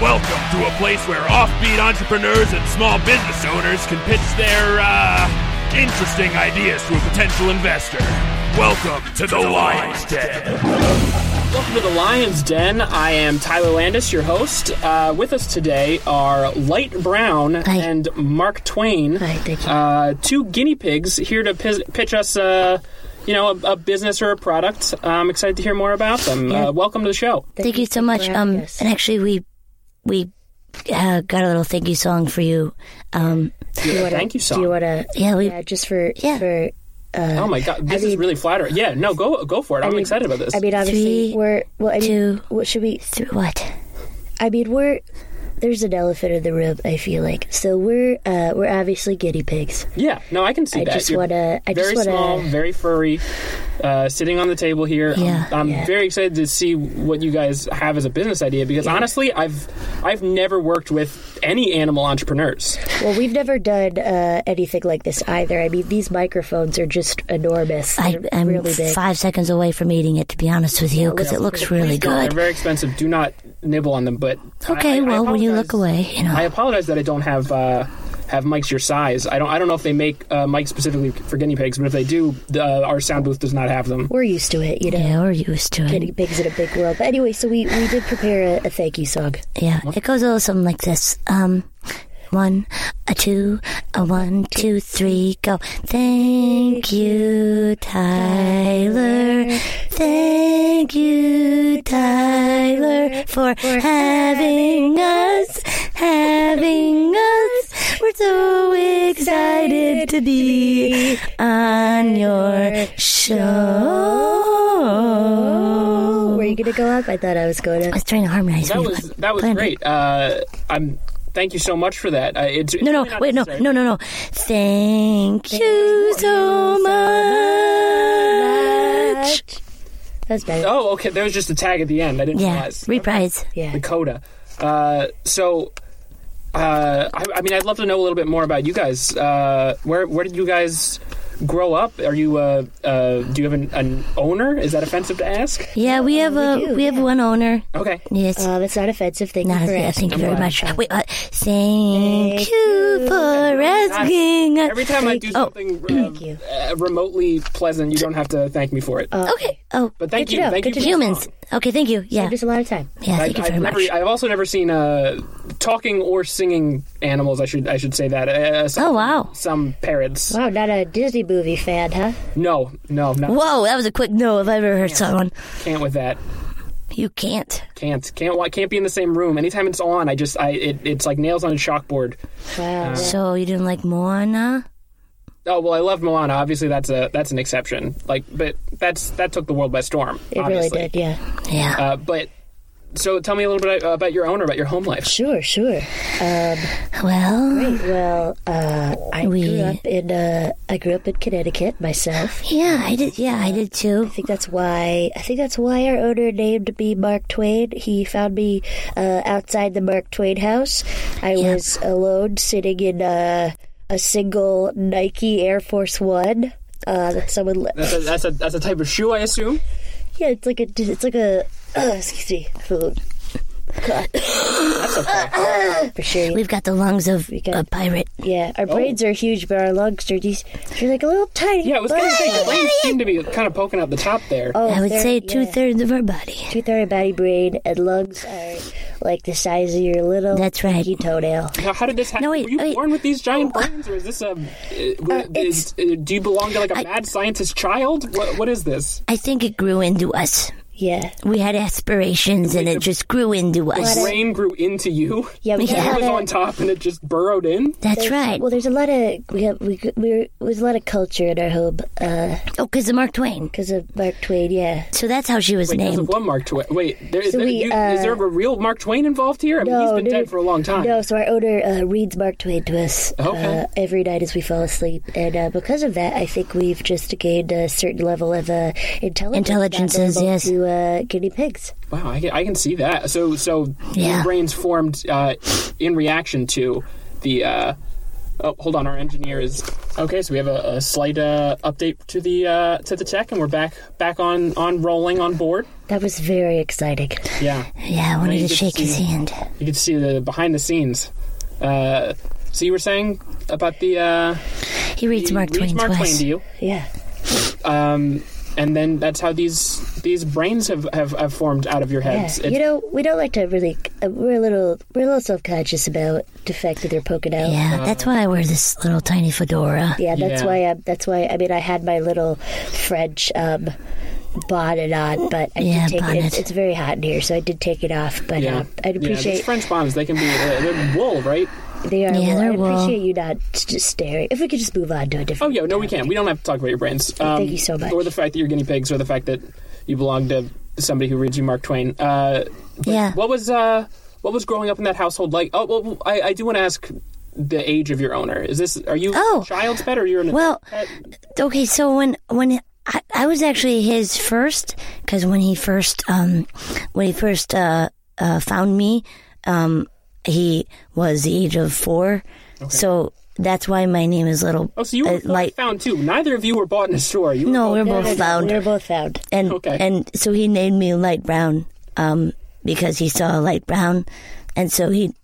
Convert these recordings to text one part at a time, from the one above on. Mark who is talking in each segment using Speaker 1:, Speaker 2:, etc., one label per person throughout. Speaker 1: Welcome to a place where offbeat entrepreneurs and small business owners can pitch their uh, interesting ideas to a potential investor. Welcome to the Lion's Den.
Speaker 2: Welcome to the Lion's Den. I am Tyler Landis, your host. Uh, with us today are Light Brown
Speaker 3: Hi.
Speaker 2: and Mark Twain,
Speaker 3: Hi, thank you.
Speaker 2: uh, two guinea pigs here to pis- pitch us, uh, you know, a, a business or a product. I'm excited to hear more about them. Uh, welcome to the show.
Speaker 3: thank you so much. Um, and actually, we we uh, got a little thank you song for you. Um,
Speaker 2: Thank you,
Speaker 4: Do
Speaker 2: song.
Speaker 4: you want to?
Speaker 3: yeah, we
Speaker 4: Yeah, just for
Speaker 3: Yeah.
Speaker 4: for.
Speaker 2: oh my god, this is
Speaker 4: mean-
Speaker 2: really flattering. Yeah, no, go go for it. I'm excited about this.
Speaker 4: I mean, obviously,
Speaker 3: Three,
Speaker 4: we're well. I mean,
Speaker 3: two.
Speaker 4: what should we?
Speaker 3: through what?
Speaker 4: I mean, we're there's an elephant in the room. I feel like so we're uh, we're obviously guinea pigs.
Speaker 2: yeah, no, I can see
Speaker 4: I
Speaker 2: that.
Speaker 4: just
Speaker 2: You're
Speaker 4: wanna- I just
Speaker 2: very
Speaker 4: wanna-
Speaker 2: small, very furry, uh, sitting on the table here. I'm-
Speaker 3: Yeah.
Speaker 2: I'm,
Speaker 4: Yeah.
Speaker 2: very excited to see what you guys have as a business idea because honestly, I've I've never worked with any animal entrepreneurs.
Speaker 4: Well, we've never done uh, anything like this either. I mean, these microphones are just enormous.
Speaker 3: I,
Speaker 4: They're
Speaker 3: I'm
Speaker 4: really big.
Speaker 3: five seconds away from eating it, to be honest with you, because it looks really
Speaker 2: They're
Speaker 3: good.
Speaker 2: very expensive. Do not nibble on them. But I- I-
Speaker 3: Okay,
Speaker 2: I
Speaker 3: well, when you look
Speaker 2: apologize.
Speaker 3: away, you know.
Speaker 2: I apologize that I don't have uh, have mics your size. I don't I don't know if they make uh, mics specifically for guinea pigs, but if they do, the, uh, our sound booth does not have them.
Speaker 4: we're used to it, you know.
Speaker 3: yeah, we're used to
Speaker 4: Guinea
Speaker 3: it.
Speaker 4: pigs in a big world. But anyway, so we, we did prepare a, a thank you song.
Speaker 3: Yeah, it goes a little something like this. Um, one, a two, a one, two, three, go. Thank you, Tyler. Thank you, Tyler, for having us, having us. We're so excited to be on your show.
Speaker 4: Were you gonna go up? I thought I was going
Speaker 3: Mm-hmm. I
Speaker 4: to.
Speaker 3: was trying to harmonize.
Speaker 2: That
Speaker 3: We
Speaker 2: was
Speaker 3: pl-
Speaker 2: that was
Speaker 3: planned it.
Speaker 2: great. Uh, I'm thank you so much for that. Uh, it's, it's
Speaker 3: No,
Speaker 2: really
Speaker 3: no,
Speaker 2: not
Speaker 3: wait, no,
Speaker 2: necessary.
Speaker 3: no, no, no. Thank you so much.
Speaker 4: That's better.
Speaker 2: Oh, okay. There was just a tag at the end. I didn't
Speaker 3: Yeah,
Speaker 2: realize.
Speaker 3: reprise.
Speaker 4: Yeah.
Speaker 2: the coda. Uh, so, uh, I, I mean, I'd love to know a little bit more about you guys. Uh, where where did you guys grow up? Are you uh, uh, do you have an, an owner? Is that offensive to ask?
Speaker 3: Yeah, we have a
Speaker 4: do,
Speaker 3: we have
Speaker 4: yeah.
Speaker 3: one owner.
Speaker 2: Okay.
Speaker 3: Yes.
Speaker 4: Uh, that's not offensive. Thank
Speaker 3: No,
Speaker 4: you for
Speaker 3: yeah,
Speaker 4: asking.
Speaker 3: thank you very
Speaker 2: glad.
Speaker 3: much. Wait, uh, thank you for asking.
Speaker 2: Every time I do
Speaker 3: Oh.
Speaker 2: something uh,
Speaker 4: you.
Speaker 2: uh, remotely pleasant, you don't have to thank me for it.
Speaker 3: Okay. Oh,
Speaker 2: but thank
Speaker 4: good
Speaker 2: you,
Speaker 4: to know,
Speaker 2: thank
Speaker 4: good
Speaker 2: you,
Speaker 4: to
Speaker 2: for the
Speaker 3: humans.
Speaker 2: song.
Speaker 3: Okay, thank you. Yeah,
Speaker 4: Just a lot of time.
Speaker 3: yeah,
Speaker 2: I,
Speaker 3: thank you very
Speaker 2: have never,
Speaker 3: much.
Speaker 2: I've also never seen uh, talking or singing animals. I should I should say that. Uh, some,
Speaker 3: Oh wow.
Speaker 2: Some parrots.
Speaker 4: Wow, not a Disney movie fan, huh?
Speaker 2: No, no, no.
Speaker 3: Whoa, that was a quick no if I ever heard someone.
Speaker 2: Can't with that.
Speaker 3: You can't.
Speaker 2: Can't can't wa- can't be in the same room. Anytime it's on, I just I it, it's like nails on a chalkboard.
Speaker 4: Wow.
Speaker 2: Uh,
Speaker 3: So you didn't like Moana?
Speaker 2: Oh well, I love Moana. Obviously, that's a that's an exception. Like, but that's that took the world by storm.
Speaker 4: it really
Speaker 2: obviously.
Speaker 4: did, yeah.
Speaker 3: Yeah.
Speaker 2: Uh, but so tell me a little bit uh, about your owner, about your home life.
Speaker 4: Sure, sure.
Speaker 3: well,
Speaker 4: Well, uh, I
Speaker 3: We-
Speaker 4: grew up in uh, I grew up in Connecticut myself.
Speaker 3: yeah, I did. Yeah, I did too.
Speaker 4: I think that's why I think that's why our owner named me Mark Twain. He found me uh, outside the Mark Twain house. I was alone, sitting in uh, a single Nike Air Force One. Uh, that someone le-
Speaker 2: That's a, that's a that's a type of shoe, I assume.
Speaker 4: yeah, it's like a it's like a uh, excuse me, food. God,
Speaker 2: That's okay.
Speaker 4: for sure.
Speaker 3: We've got the lungs of
Speaker 4: got-
Speaker 3: a pirate.
Speaker 4: Yeah,
Speaker 2: Oh.
Speaker 4: our brains are huge, but our lungs are these. They're like a little tiny.
Speaker 2: Yeah, I was gonna say the
Speaker 4: bud.
Speaker 2: brains seem to be kind of poking out the top there.
Speaker 4: Oh,
Speaker 3: I would
Speaker 4: they're-
Speaker 3: say
Speaker 4: yeah.
Speaker 3: two thirds of our body.
Speaker 4: Two third body brain and lungs are like the size of your little
Speaker 3: That's right.
Speaker 4: pinky toenail.
Speaker 2: Now, how did this happen?
Speaker 3: No, wait,
Speaker 2: Were you
Speaker 3: wait.
Speaker 2: born with these giant brains, or is this a? Uh, is, uh, do you belong to like a mad scientist child? What what is this?
Speaker 3: I think it grew into us.
Speaker 4: Yeah,
Speaker 3: We had aspirations, and it just grew into us.
Speaker 2: Brain grew into you.
Speaker 4: uh, yeah. We
Speaker 3: Yeah.
Speaker 2: It
Speaker 4: got
Speaker 2: was
Speaker 4: a lot
Speaker 2: on
Speaker 4: of,
Speaker 2: top and it just burrowed in.
Speaker 3: That's right.
Speaker 4: well, there's a lot of we have we we there's a lot of culture in our home because
Speaker 3: Oh, because of Mark Twain.
Speaker 4: of Mark Twain. Yeah.
Speaker 3: So that's how she was
Speaker 2: Wait, there's
Speaker 3: named.
Speaker 2: one Mark Twain. Wait, there, is,
Speaker 4: So
Speaker 2: there,
Speaker 4: we,
Speaker 2: you,
Speaker 4: uh,
Speaker 2: is there a real Mark Twain involved here? I mean, he's been
Speaker 4: no,
Speaker 2: dead
Speaker 4: no.
Speaker 2: for a long time.
Speaker 4: No, so our owner uh, reads Mark Twain to us
Speaker 2: Okay.
Speaker 4: uh, every night as we fall asleep, and uh, because of that, I think we've just gained a certain level of uh, intelligence.
Speaker 3: Intelligences,
Speaker 4: comparable
Speaker 3: yes.
Speaker 4: To uh, guinea pigs.
Speaker 2: Wow, I can, I can see that. So, so
Speaker 3: Yeah.
Speaker 2: your brains formed uh, in reaction to the. Uh, oh, hold on, our engineer is Okay, so we have a, a slight uh, update to the uh, to the tech, and we're back back on on rolling on board.
Speaker 4: That was very exciting.
Speaker 2: Yeah,
Speaker 3: Yeah, I wanted
Speaker 2: you get
Speaker 3: to
Speaker 2: to
Speaker 3: shake his
Speaker 2: see-
Speaker 3: hand.
Speaker 2: you can see the behind the scenes. Uh, so you were saying about the uh,
Speaker 3: He reads
Speaker 2: he
Speaker 3: Mark
Speaker 2: reads
Speaker 3: Twain
Speaker 2: Mark Twain
Speaker 3: twice.
Speaker 2: to you,
Speaker 4: Yeah.
Speaker 2: um, and then that's how these these brains have, have, have formed out of your heads.
Speaker 4: yeah. You know, we don't like to really. Uh, we're a little. We're a little self conscious about the fact that they're poking out.
Speaker 3: Yeah, that's why I wear this little tiny fedora.
Speaker 4: Yeah, that's
Speaker 2: Yeah.
Speaker 4: why. I, that's why. I mean, I had my little French um, bonnet on, but I
Speaker 3: Yeah,
Speaker 4: did take it. It's,
Speaker 3: bonnet.
Speaker 4: it's very hot in here, so I did take it off. But
Speaker 2: yeah,
Speaker 4: uh, I'd
Speaker 2: yeah, these
Speaker 4: appreciate
Speaker 2: French bonds. They can be uh, they're wool, right?
Speaker 4: they are.
Speaker 3: Yeah,
Speaker 4: well,
Speaker 3: they're
Speaker 4: I
Speaker 3: wool.
Speaker 4: appreciate you not just staring. If we could just move on to a
Speaker 2: Oh
Speaker 4: different.
Speaker 2: yeah, no, we can't. We don't have to talk about your brains. Um,
Speaker 4: Thank you so much.
Speaker 2: Or the fact that you're guinea pigs, or the fact that you belong to somebody who reads you Mark Twain. Uh,
Speaker 3: Yeah.
Speaker 2: What was uh, what was growing up in that household like? Oh, well, I, I do want to ask the age of your owner. Is this are you
Speaker 3: Oh.
Speaker 2: a child's pet or you're an
Speaker 3: Well,
Speaker 2: pet?
Speaker 3: okay, so when when I, I was actually his first because when he first um when he first uh, uh found me um he was the age of four, so that's why my name is little.
Speaker 2: Oh, so you were
Speaker 3: uh, like
Speaker 2: found too. Neither of you were bought in a store. You were
Speaker 3: no, we're
Speaker 2: both-
Speaker 4: No, no,
Speaker 3: both
Speaker 4: no,
Speaker 3: found
Speaker 4: We're both found.
Speaker 3: and
Speaker 2: Okay.
Speaker 3: and so he named me light brown um because he saw a light brown, and so he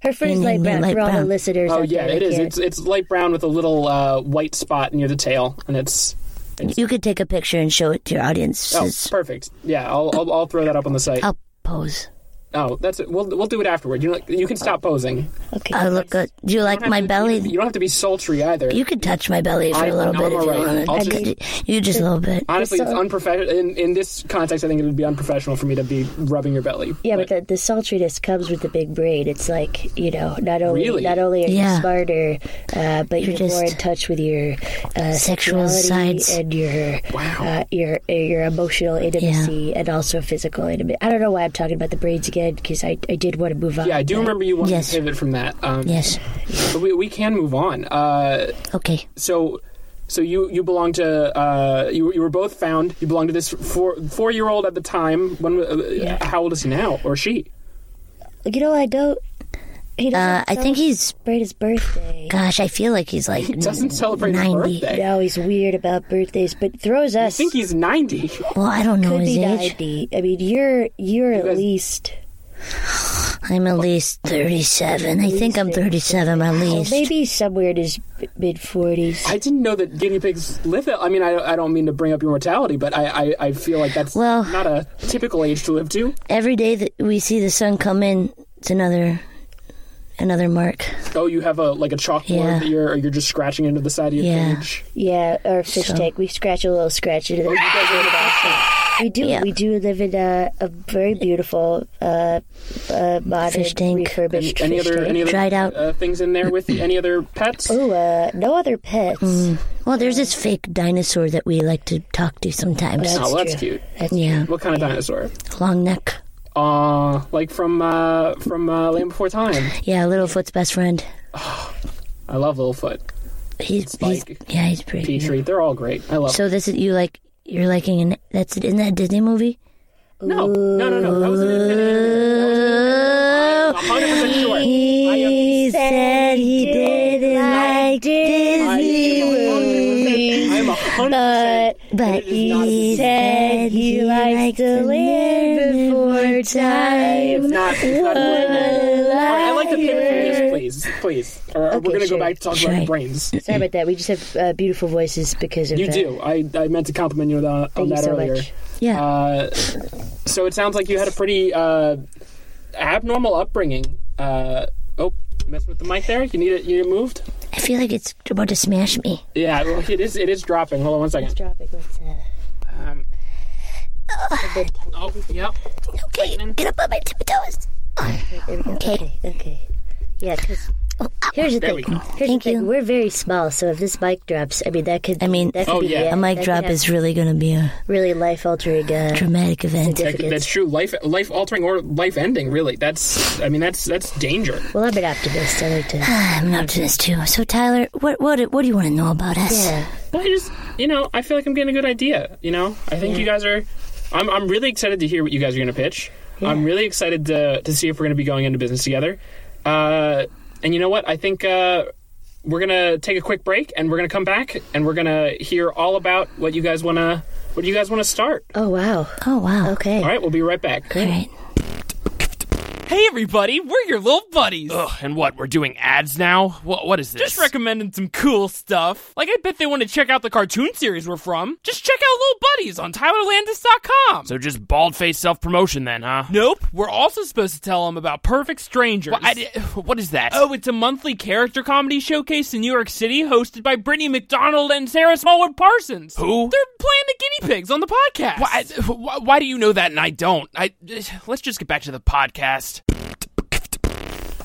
Speaker 4: Her first
Speaker 3: Mm,
Speaker 4: light
Speaker 3: yeah,
Speaker 4: brown
Speaker 3: light
Speaker 4: for all the
Speaker 3: brown.
Speaker 4: listeners.
Speaker 2: Oh
Speaker 4: out
Speaker 2: yeah,
Speaker 4: there
Speaker 2: it
Speaker 4: that
Speaker 2: is.
Speaker 4: can't-
Speaker 2: It's it's light brown with a little uh, white spot near the tail, and it's
Speaker 3: you could take a picture and show it to your audience.
Speaker 2: oh
Speaker 3: It's-
Speaker 2: perfect. Yeah, I'll I'll, I'll throw that up on the site.
Speaker 3: I'll pose.
Speaker 2: Oh, that's it. We'll we'll do it afterward. You know, you can stop posing.
Speaker 4: okay.
Speaker 3: I look good. Do you like
Speaker 2: don't have
Speaker 3: my
Speaker 2: to-
Speaker 3: belly?
Speaker 2: You don't have to be sultry either.
Speaker 3: You could touch my belly for
Speaker 2: I'm-
Speaker 3: a little
Speaker 2: I'm
Speaker 3: bit if you
Speaker 2: alright.
Speaker 3: wanted.
Speaker 2: I'll
Speaker 3: I could- you just a little bit.
Speaker 2: Honestly,
Speaker 4: You're
Speaker 2: it's
Speaker 4: so-
Speaker 2: unprofessional. In, in this context, I think it would be unprofessional for me to be rubbing your belly.
Speaker 4: Yeah, but the, the sultriness comes with the big brain. It's like you know, not only
Speaker 2: Really?
Speaker 4: not only are you
Speaker 3: Yeah.
Speaker 4: smarter, uh, but you're, more
Speaker 3: just-
Speaker 4: in touch with your uh,
Speaker 3: Sexual
Speaker 4: sexuality
Speaker 3: sides.
Speaker 4: and your
Speaker 2: Wow.
Speaker 4: uh, your uh, your emotional intimacy and also physical intimacy. I don't know why I'm talking about the brains again because I, I did want to move on.
Speaker 2: yeah, I do
Speaker 4: but-
Speaker 2: remember you wanted
Speaker 3: Yes.
Speaker 2: to pivot from that. Um,
Speaker 3: Yes.
Speaker 2: But we, we can move on. Uh,
Speaker 3: Okay.
Speaker 2: so, so you you belong to uh, you you were both found. You belong to this four four year old at the time. When uh, how old is he now or she?
Speaker 4: You know, I don't. He doesn't
Speaker 3: Uh, I think he's.
Speaker 4: celebrate his birthday.
Speaker 3: Gosh, I feel like he's like. mm,
Speaker 2: Doesn't celebrate his
Speaker 3: 90.
Speaker 2: birthday.
Speaker 4: No, he's weird about birthdays, but throws
Speaker 2: I
Speaker 4: us.
Speaker 2: think he's ninety.
Speaker 3: Well, I don't know
Speaker 4: could
Speaker 3: his
Speaker 4: be
Speaker 3: age.
Speaker 4: 90. I mean, you're you're at
Speaker 2: guys-
Speaker 4: least.
Speaker 3: I'm at least 37. I think I'm 37 at
Speaker 4: Well,
Speaker 3: least.
Speaker 4: maybe somewhere in his mid forties.
Speaker 2: I didn't know that guinea pigs live that. I mean, I, I don't mean to bring up your mortality, but I, I, I feel like that's
Speaker 3: Well-
Speaker 2: not a typical age to live to.
Speaker 3: Every day that we see the sun come in, it's another, another mark.
Speaker 2: Oh, you have a like a chalkboard
Speaker 3: Yeah.
Speaker 2: that you're or you're just scratching into the side of your
Speaker 3: Yeah.
Speaker 2: page.
Speaker 4: Yeah, or fish
Speaker 3: So-
Speaker 4: tank. We scratch a little scratch into the. We do.
Speaker 3: Yeah.
Speaker 4: We do live in a, a very beautiful uh, uh, modern
Speaker 3: Fish tank.
Speaker 4: refurbished
Speaker 2: Any
Speaker 4: fish
Speaker 2: other
Speaker 4: tank.
Speaker 2: any other
Speaker 3: Dried out. Oh,
Speaker 2: Uh, things in there with you? any other pets?
Speaker 4: Ooh, uh, no other pets.
Speaker 3: Well, there's this fake dinosaur that we like to talk to sometimes.
Speaker 2: oh,
Speaker 4: that's
Speaker 2: that's
Speaker 4: true.
Speaker 2: cute.
Speaker 4: That's
Speaker 3: Yeah,
Speaker 2: What kind of dinosaur?
Speaker 3: long neck.
Speaker 2: Uh like from uh from uh, Land Before Time.
Speaker 3: Yeah, Littlefoot's best friend.
Speaker 2: I love Littlefoot,
Speaker 3: He's, he's
Speaker 2: Spike.
Speaker 3: yeah, he's pretty. good.
Speaker 2: Petrie. They're all great. I love.
Speaker 3: So this is you like you're liking an that's isn't that a Disney movie?
Speaker 2: no, no, no, no. That was an
Speaker 3: Oh,
Speaker 2: hundred percent sure. I am
Speaker 3: he said he didn't like Disney
Speaker 2: I am a hundred. percent-
Speaker 4: But
Speaker 3: but
Speaker 2: It is not a
Speaker 3: he
Speaker 2: Disney
Speaker 3: said he liked to live before
Speaker 2: It's
Speaker 3: time.
Speaker 2: not. It's not I like to pivot from this, please, please. Or we're gonna
Speaker 4: sure.
Speaker 2: go back to talk
Speaker 3: Sure.
Speaker 2: about brains.
Speaker 4: Sorry about that. We just have uh, beautiful voices because of
Speaker 2: You
Speaker 4: that.
Speaker 2: do. I, I meant to compliment you on, on
Speaker 4: Thank you
Speaker 2: that
Speaker 4: so
Speaker 2: earlier.
Speaker 4: much.
Speaker 3: Yeah,
Speaker 2: Uh, so it sounds like you had a pretty uh, abnormal upbringing. Uh, oh, messing with the mic there. You need it. You need it moved.
Speaker 3: I feel like it's about to smash me.
Speaker 2: Yeah, well, it is. It is dropping. Hold on one second.
Speaker 4: Dropping with, uh,
Speaker 2: Um, oh, yep.
Speaker 3: Okay, get up on my tiptoes.
Speaker 4: There we go.
Speaker 3: Okay. Oh, ah.
Speaker 4: Okay. Okay. Yeah, 'cause here's the
Speaker 2: There we
Speaker 4: thing.
Speaker 2: go.
Speaker 4: Here's
Speaker 3: Thank
Speaker 4: the thing.
Speaker 3: you.
Speaker 4: We're very small, so if this mic drops, I mean that could.
Speaker 3: I mean,
Speaker 4: that could
Speaker 2: Oh,
Speaker 4: be
Speaker 2: yeah.
Speaker 4: the
Speaker 2: A
Speaker 4: end.
Speaker 3: A mic
Speaker 4: That
Speaker 3: drop
Speaker 4: could have
Speaker 3: is really going to be a
Speaker 4: really life altering. Uh,
Speaker 3: dramatic event.
Speaker 2: That- that's true. Life, life altering or life ending. Really, that's. I mean, that's that's danger.
Speaker 4: well, I'm an optimist. I like to.
Speaker 3: I'm an optimist too. So Tyler, what what what do you want to know about us?
Speaker 4: Yeah.
Speaker 2: Well, I just, you know, I feel like I'm getting a good idea. You know, I think you guys are. I'm, I'm really excited to hear what you guys are going to pitch. I'm really excited to to see if we're going to be going into business together. Uh, and you know what? I think uh, we're gonna take a quick break, and we're gonna come back, and we're gonna hear all about what you guys wanna what you guys wanna start.
Speaker 4: Oh wow.
Speaker 3: Oh wow.
Speaker 4: Okay.
Speaker 2: All right, we'll be right back.
Speaker 3: All right.
Speaker 5: Hey, everybody, we're your little buddies.
Speaker 1: Ugh, and what? We're doing ads now? What? What is this?
Speaker 5: Just recommending some cool stuff. Like, I bet they want to check out the cartoon series we're from. Just check out Little Buddies on TylerLandis.com.
Speaker 1: so just bald faced self promotion then, huh?
Speaker 5: nope, we're also supposed to tell them about Perfect Strangers.
Speaker 1: Wha- I di- what is that?
Speaker 5: Oh, it's a monthly character comedy showcase in New York City hosted by Brittany McDonald and Sarah Smallwood Parsons.
Speaker 1: Who?
Speaker 5: They're playing the guinea pigs on the podcast.
Speaker 1: Why, I- why, why do you know that and I don't? I let's just get back to the podcast.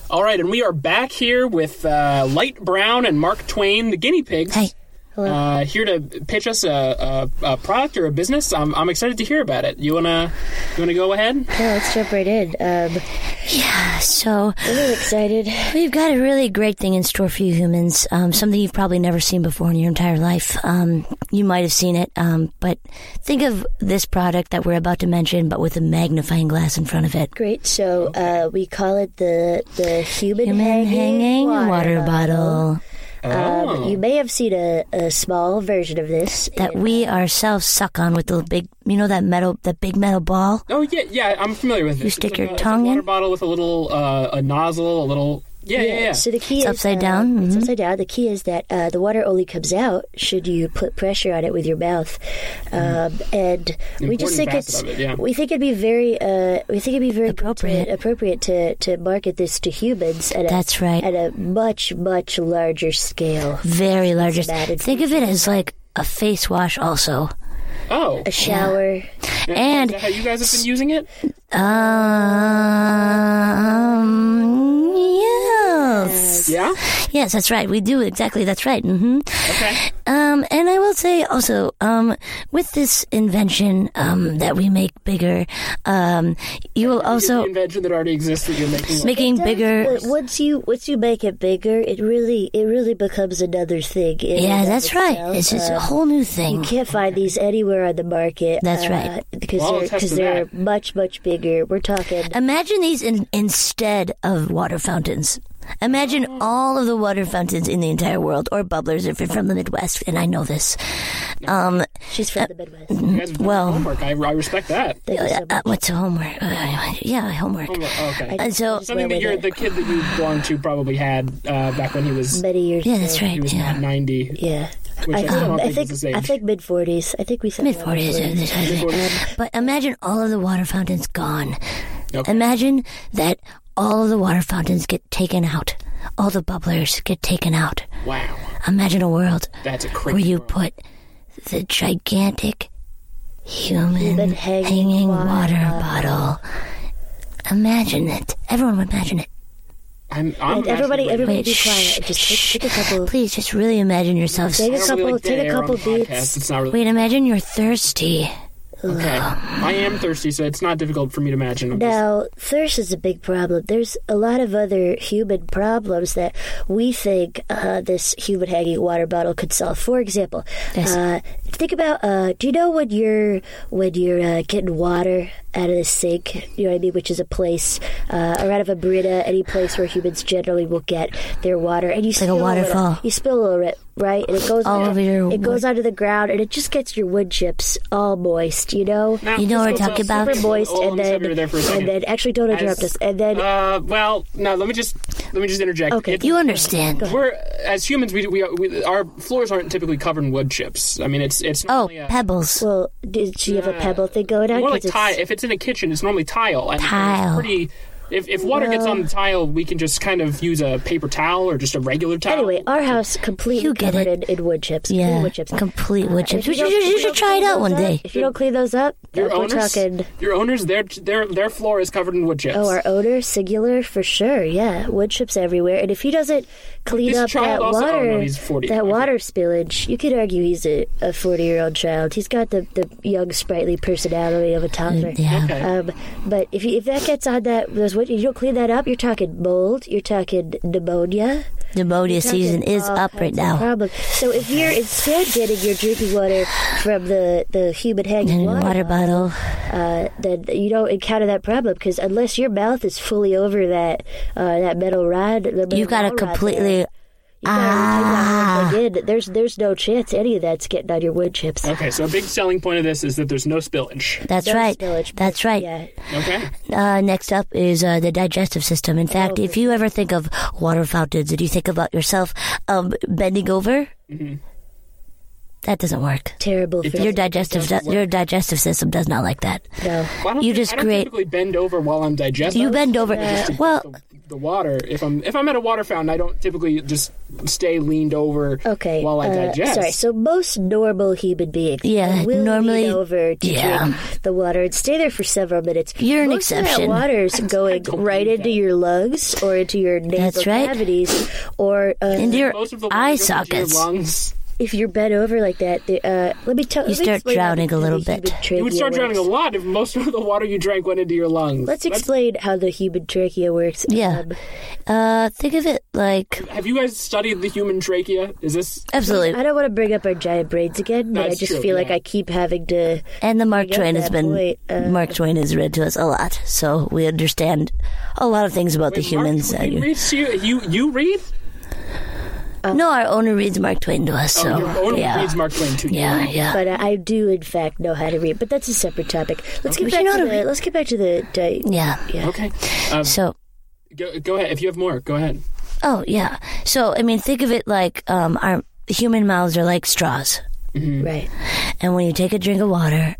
Speaker 2: All right, and we are back here with uh, Light Brown and Mark Twain, the guinea pigs.
Speaker 3: Hey.
Speaker 2: Uh, here to pitch us a, a, a product or a business. I'm, I'm excited to hear about it. You wanna you wanna go ahead?
Speaker 4: Yeah, let's jump right in. Um,
Speaker 3: So
Speaker 4: I'm excited.
Speaker 3: we've got a really great thing in store for you humans. Um, something you've probably never seen before in your entire life. Um, you might have seen it, um, but think of this product that we're about to mention, but with a magnifying glass in front of it.
Speaker 4: Great. So uh, we call it the the human,
Speaker 3: Human hanging water,
Speaker 4: bottle.
Speaker 3: bottle
Speaker 4: Um, You may have seen a, a small version of this.
Speaker 3: that
Speaker 4: in-
Speaker 3: we ourselves suck on with the big, you know, that metal, that big metal ball.
Speaker 2: Oh yeah, yeah. I'm familiar with it. You
Speaker 3: stick your tongue
Speaker 2: a water
Speaker 3: in?
Speaker 2: bottle with a little uh, a nozzle, a little. Yeah, yeah, yeah.
Speaker 4: So the key
Speaker 3: It's
Speaker 4: is
Speaker 3: upside
Speaker 4: uh,
Speaker 3: down,
Speaker 4: It's
Speaker 3: mhm.
Speaker 4: upside down. The key is that uh, the water only comes out should you put pressure on it with your mouth,
Speaker 3: Mm-hmm.
Speaker 4: um, and we just
Speaker 2: Important
Speaker 4: think
Speaker 2: facet
Speaker 4: it's
Speaker 2: of it, yeah.
Speaker 4: we think it'd be very uh, we think it'd be very
Speaker 3: Appropriate.
Speaker 4: to, appropriate to, to market this to humans. At
Speaker 3: That's
Speaker 4: a,
Speaker 3: right.
Speaker 4: At a much much larger scale,
Speaker 3: Very large.
Speaker 4: bad addition.
Speaker 3: Think of it as like a face wash, also.
Speaker 2: Oh,
Speaker 4: a shower.
Speaker 3: And
Speaker 2: is that how you guys have been using it?
Speaker 3: Um, yes.
Speaker 2: Yeah.
Speaker 3: Yes, that's right. We do exactly. That's right. hmm
Speaker 2: Okay.
Speaker 3: Um, and I will say also, um, with this invention, um, that we make bigger, um, you will
Speaker 2: the
Speaker 3: also
Speaker 2: invention that already exists that you're making.
Speaker 3: making bigger.
Speaker 4: But once you once you make it bigger, it really it really becomes another thing. in and
Speaker 3: Yeah,
Speaker 4: of
Speaker 3: that's right.
Speaker 4: itself.
Speaker 3: It's just
Speaker 4: Uh,
Speaker 3: a whole new thing.
Speaker 4: You can't find these anywhere on the market.
Speaker 3: That's right.
Speaker 4: Because
Speaker 2: Well, I'll
Speaker 4: they're,
Speaker 2: attest
Speaker 4: cause
Speaker 2: to
Speaker 4: they're
Speaker 2: that.
Speaker 4: much, much bigger. We're talking.
Speaker 3: Imagine these in, instead of water fountains. Imagine
Speaker 4: Oh.
Speaker 3: all of the water fountains in the entire world, or bubblers if you're from the Midwest, and I know this. Um,
Speaker 4: She's from the Midwest.
Speaker 2: You guys have done
Speaker 3: well-
Speaker 2: homework. I, I respect that.
Speaker 4: Thank you so
Speaker 3: uh,
Speaker 4: much.
Speaker 3: uh, what's homework? Uh, yeah, homework.
Speaker 2: Homework, Oh, Okay.
Speaker 3: And so,
Speaker 2: Something that
Speaker 4: with
Speaker 2: you're
Speaker 4: it.
Speaker 2: the kid that you belong to probably had uh, back when he was
Speaker 4: Many years
Speaker 3: yeah,
Speaker 4: ago.
Speaker 3: that's
Speaker 2: he
Speaker 3: right.
Speaker 2: was
Speaker 3: Yeah,
Speaker 2: ninety.
Speaker 4: Yeah.
Speaker 2: Which I
Speaker 4: I,
Speaker 2: still don't
Speaker 4: I
Speaker 2: think
Speaker 4: think
Speaker 2: is his age.
Speaker 4: I think mid forties. I think we said
Speaker 3: mid forties. But imagine all of the water fountains gone.
Speaker 2: Okay.
Speaker 3: Imagine that all of the water fountains get taken out. All the bubblers get taken out.
Speaker 2: Wow,
Speaker 3: Imagine a world
Speaker 2: that's a
Speaker 3: where
Speaker 2: crazy.
Speaker 3: you
Speaker 2: world.
Speaker 3: put the gigantic human,
Speaker 4: Human
Speaker 3: hanging,
Speaker 4: hanging
Speaker 3: water,
Speaker 4: water
Speaker 3: bottle. Imagine it. Everyone would imagine it.
Speaker 2: I'm, I'm actually
Speaker 4: everybody,
Speaker 2: like-
Speaker 4: everybody,
Speaker 3: Wait,
Speaker 4: be
Speaker 3: shh,
Speaker 4: quiet. Just
Speaker 3: shh,
Speaker 4: take, take a couple.
Speaker 3: Please just really imagine yourselves.
Speaker 4: Take
Speaker 2: I
Speaker 4: a
Speaker 2: don't really
Speaker 4: couple.
Speaker 2: like to
Speaker 4: Take a
Speaker 2: air on
Speaker 4: couple
Speaker 2: the podcast.
Speaker 4: beats.
Speaker 2: It's not really
Speaker 3: Wait, imagine you're thirsty.
Speaker 2: okay. I am thirsty, so it's not difficult for me to imagine. I'm just-
Speaker 4: Now, thirst is a big problem. There's a lot of other human problems that we think uh, this human hanging water bottle could solve. For example,
Speaker 3: Yes.
Speaker 4: uh, think about uh, do you know when you're when you're uh, getting water out of the sink? You know what I mean, which is a place uh, or out of a brita, any place where humans generally will get their water, and you
Speaker 3: like a
Speaker 4: spill little-
Speaker 3: waterfall.
Speaker 4: you spill a little bit, right? And it goes
Speaker 3: All over your
Speaker 4: It goes onto the ground, and it just gets your wood chips all moist. You know.
Speaker 2: Now,
Speaker 3: You know
Speaker 2: let's go Oh,
Speaker 3: what we're talking
Speaker 2: to-
Speaker 3: about?
Speaker 4: Super moist,
Speaker 2: Hold on
Speaker 4: and
Speaker 2: a
Speaker 4: then
Speaker 2: second there for a second.
Speaker 4: and then actually don't interrupt us, and then
Speaker 2: Uh, well, no. Let me just let me just interject.
Speaker 4: Okay.
Speaker 2: It's-
Speaker 3: You understand.
Speaker 2: we're as humans, we, we, we our floors aren't typically covered in wood chips. I mean, it's it's
Speaker 3: Oh,
Speaker 2: normally a-
Speaker 3: pebbles.
Speaker 4: Well, did she have a pebble thing going on?
Speaker 2: more like
Speaker 4: 'Cause
Speaker 2: tile.
Speaker 4: it's-
Speaker 2: If it's in a kitchen, it's normally tile. And
Speaker 3: Tile.
Speaker 2: It's pretty. If, if water gets on the tile, we can just kind of use a paper towel or just a regular towel.
Speaker 4: Anyway, our house completely
Speaker 3: You get
Speaker 4: covered in,
Speaker 3: it.
Speaker 4: in wood chips. clean
Speaker 3: Yeah,
Speaker 4: wood chips.
Speaker 3: complete wood
Speaker 4: If
Speaker 3: chips.
Speaker 4: you
Speaker 3: You should,
Speaker 4: don't-
Speaker 3: you
Speaker 4: if you
Speaker 3: should
Speaker 4: don't
Speaker 3: try it
Speaker 4: clean
Speaker 3: out
Speaker 4: those
Speaker 3: one
Speaker 4: up-
Speaker 3: day.
Speaker 4: If you don't clean those up,
Speaker 2: your
Speaker 4: we're
Speaker 2: owners,
Speaker 4: talking.
Speaker 2: your owners, their their their floor is covered in wood chips.
Speaker 4: Oh, our owner, singular for sure. Yeah, wood chips everywhere. And if he doesn't clean
Speaker 2: This
Speaker 4: up
Speaker 2: child
Speaker 4: that
Speaker 2: also- oh,
Speaker 4: water,
Speaker 2: no, he's 40.
Speaker 4: that
Speaker 2: Okay.
Speaker 4: water spillage, you could argue he's a, a forty-year-old child. He's got the, the young, sprightly personality of a toddler.
Speaker 3: Yeah.
Speaker 2: Okay.
Speaker 4: Um, but if you, if that gets on that those wood, you don't clean that up. You're talking mold. You're talking pneumonia.
Speaker 3: Pneumonia
Speaker 4: Talking
Speaker 3: season is
Speaker 4: all
Speaker 3: up right
Speaker 4: kinds of
Speaker 3: now.
Speaker 4: problems. So if you're instead getting your drinking water from the, the human hanging
Speaker 3: And water
Speaker 4: water,
Speaker 3: bottle.
Speaker 4: uh, then you don't encounter that problem because unless your mouth is fully over that uh, that metal rod, the metal
Speaker 3: You've got a
Speaker 4: rod there,
Speaker 3: completely Ah.
Speaker 4: I did. There's there's no chance any of that's getting on your wood chips.
Speaker 2: Okay, so a big selling point of this is that there's no spillage.
Speaker 3: That's
Speaker 4: Those
Speaker 3: right.
Speaker 4: spillage, but
Speaker 3: That's right.
Speaker 4: Yeah,
Speaker 2: Okay.
Speaker 3: Uh, next up is uh, the digestive system. In fact, if you ever think of water fountains and you think about yourself um, bending over, that doesn't work.
Speaker 4: terrible. For
Speaker 3: Your digestive do- your digestive system does not like that.
Speaker 4: no.
Speaker 2: Well, I don't
Speaker 3: You
Speaker 2: think-
Speaker 3: just
Speaker 2: I don't
Speaker 3: create-
Speaker 2: typically bend over while I'm digesting.
Speaker 3: You bend over. Well,
Speaker 2: the water. If I'm if I'm at a water fountain, I don't typically just stay leaned over
Speaker 4: Okay.
Speaker 2: while I
Speaker 4: uh,
Speaker 2: digest.
Speaker 4: Sorry. So most normal human beings,
Speaker 3: Yeah,
Speaker 4: will
Speaker 3: normally-
Speaker 4: lean over to
Speaker 3: yeah.
Speaker 4: drink the water and stay there for several minutes.
Speaker 3: You're an
Speaker 4: most Of
Speaker 3: exception.
Speaker 4: that water's going
Speaker 2: don't
Speaker 4: right
Speaker 2: believe
Speaker 4: into
Speaker 2: that.
Speaker 4: your lungs or into your nasal
Speaker 3: That's right.
Speaker 4: cavities, or uh,
Speaker 3: into your
Speaker 2: Most of the water
Speaker 3: eye
Speaker 2: goes into
Speaker 3: sockets.
Speaker 2: your lungs.
Speaker 4: if you're bent over like that, the, uh, let me tell
Speaker 3: You
Speaker 4: let me
Speaker 3: start
Speaker 4: explain
Speaker 3: drowning a
Speaker 4: how the
Speaker 3: little
Speaker 4: human
Speaker 3: bit.
Speaker 2: You would
Speaker 4: trachea
Speaker 2: start drowning a
Speaker 4: works.
Speaker 2: lot if most of the water you drank went into your lungs.
Speaker 4: Let's
Speaker 2: That's-
Speaker 4: explain how the human trachea works.
Speaker 3: Yeah.
Speaker 4: Um,
Speaker 3: uh, think of it like
Speaker 2: Have you guys studied the human trachea? Is this
Speaker 3: absolutely.
Speaker 4: I don't want to bring up our giant brains again, but I
Speaker 2: That's
Speaker 4: just
Speaker 2: true,
Speaker 4: feel like
Speaker 2: yeah.
Speaker 4: I keep having to.
Speaker 3: And the Mark
Speaker 4: get
Speaker 3: Twain has
Speaker 4: that
Speaker 3: been
Speaker 4: point, uh,
Speaker 3: Mark Twain has read to us a lot, so we understand a lot of things about the humans.
Speaker 2: Mark,
Speaker 3: that
Speaker 2: you
Speaker 3: you-
Speaker 2: read to you, you you read?
Speaker 3: no, our owner reads Mark Twain to us, so
Speaker 2: Oh, Your owner
Speaker 3: yeah,
Speaker 2: reads Mark Twain too.
Speaker 3: yeah, yeah.
Speaker 4: But uh, I do, in fact, know how to read. But that's a separate topic. Let's
Speaker 3: We
Speaker 4: get back
Speaker 3: know how
Speaker 4: to
Speaker 3: to
Speaker 4: the. Let's get back to the. Di-
Speaker 3: yeah.
Speaker 2: Okay. Um,
Speaker 3: So
Speaker 2: go, go ahead. If you have more, go ahead.
Speaker 3: Oh yeah. So I mean, think of it like um, our human mouths are like straws,
Speaker 2: Mm-hmm.
Speaker 4: Right.
Speaker 3: and when you take a drink of water,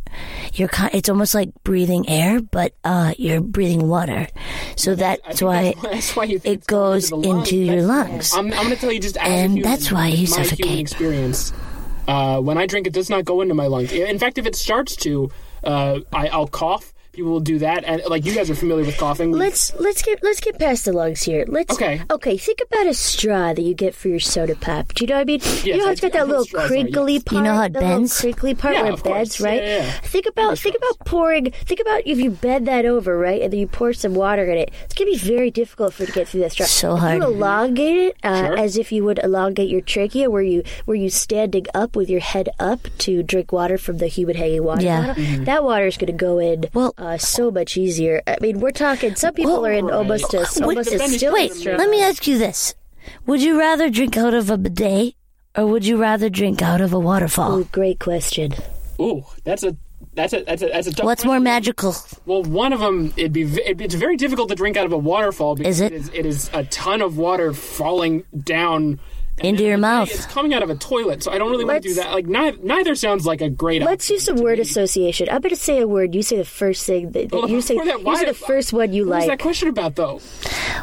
Speaker 3: you're ki it's almost like breathing air, but uh, you're breathing water. So
Speaker 2: I
Speaker 3: that's
Speaker 2: think
Speaker 3: why
Speaker 2: that's, that's why you think
Speaker 3: it goes into your lungs.
Speaker 2: I'm, I'm going to tell you just as a
Speaker 3: And
Speaker 2: human,
Speaker 3: that's why you
Speaker 2: my Human
Speaker 3: suffocate.
Speaker 2: experience. Uh, when I drink, it does not go into my lungs. In fact, if it starts to, uh, I, I'll cough. People will do that, and like you guys are familiar with coughing.
Speaker 4: Let's let's get let's get past the lungs here. Let's
Speaker 2: Okay.
Speaker 4: Okay. Think about a straw that you get for your soda pop. Do you know what I mean? you know how
Speaker 2: I
Speaker 4: it's
Speaker 2: do-
Speaker 4: got
Speaker 2: I
Speaker 4: that
Speaker 2: know
Speaker 4: little
Speaker 2: straws are,
Speaker 4: crinkly
Speaker 2: yes.
Speaker 4: part.
Speaker 3: You know how it
Speaker 4: that little
Speaker 3: bends?
Speaker 4: crinkly part
Speaker 2: Yeah,
Speaker 4: where
Speaker 2: of
Speaker 4: it
Speaker 2: course.
Speaker 4: bends, right?
Speaker 2: Yeah, yeah, yeah.
Speaker 4: Think about think about pouring. Think about if you bend that over, right, and then you pour some water in it. It's gonna be very difficult for it to get through that straw.
Speaker 3: So
Speaker 4: If
Speaker 3: hard.
Speaker 4: You elongate it uh,
Speaker 2: Sure.
Speaker 4: as if you would elongate your trachea, where you where you standing up with your head up to drink water from the humid hanging water
Speaker 3: Yeah.
Speaker 4: bottle.
Speaker 2: Mm-hmm.
Speaker 4: That water is gonna go in
Speaker 3: Well-
Speaker 4: uh, so much easier. I mean, we're talking. Some people
Speaker 3: Well,
Speaker 4: are in almost a
Speaker 3: Would-
Speaker 4: almost a still
Speaker 3: wait,
Speaker 4: straw.
Speaker 3: let me ask you this: Would you rather drink out of a bidet, or would you rather drink out of a waterfall?
Speaker 4: Ooh, great question.
Speaker 2: Ooh, that's a that's a that's a that's a. Tough
Speaker 3: What's
Speaker 2: question.
Speaker 3: more magical?
Speaker 2: Well, one of them it'd be v- it'd- it's very difficult to drink out of a waterfall because
Speaker 3: Is it?
Speaker 2: is, it is a ton of water falling down and
Speaker 3: Into
Speaker 2: then
Speaker 3: your
Speaker 2: it's-
Speaker 3: mouth.
Speaker 2: It's coming out of a toilet, so I don't really want to do
Speaker 4: Let's-
Speaker 2: that. Like neither, neither sounds like a great.
Speaker 4: Let's use some word association. I'm going to say a word. You say the first thing that, that you say.
Speaker 2: Before Oh, that,
Speaker 4: you
Speaker 2: why
Speaker 4: say the
Speaker 2: did-
Speaker 4: first one you
Speaker 2: What was that
Speaker 4: like.
Speaker 2: question about though?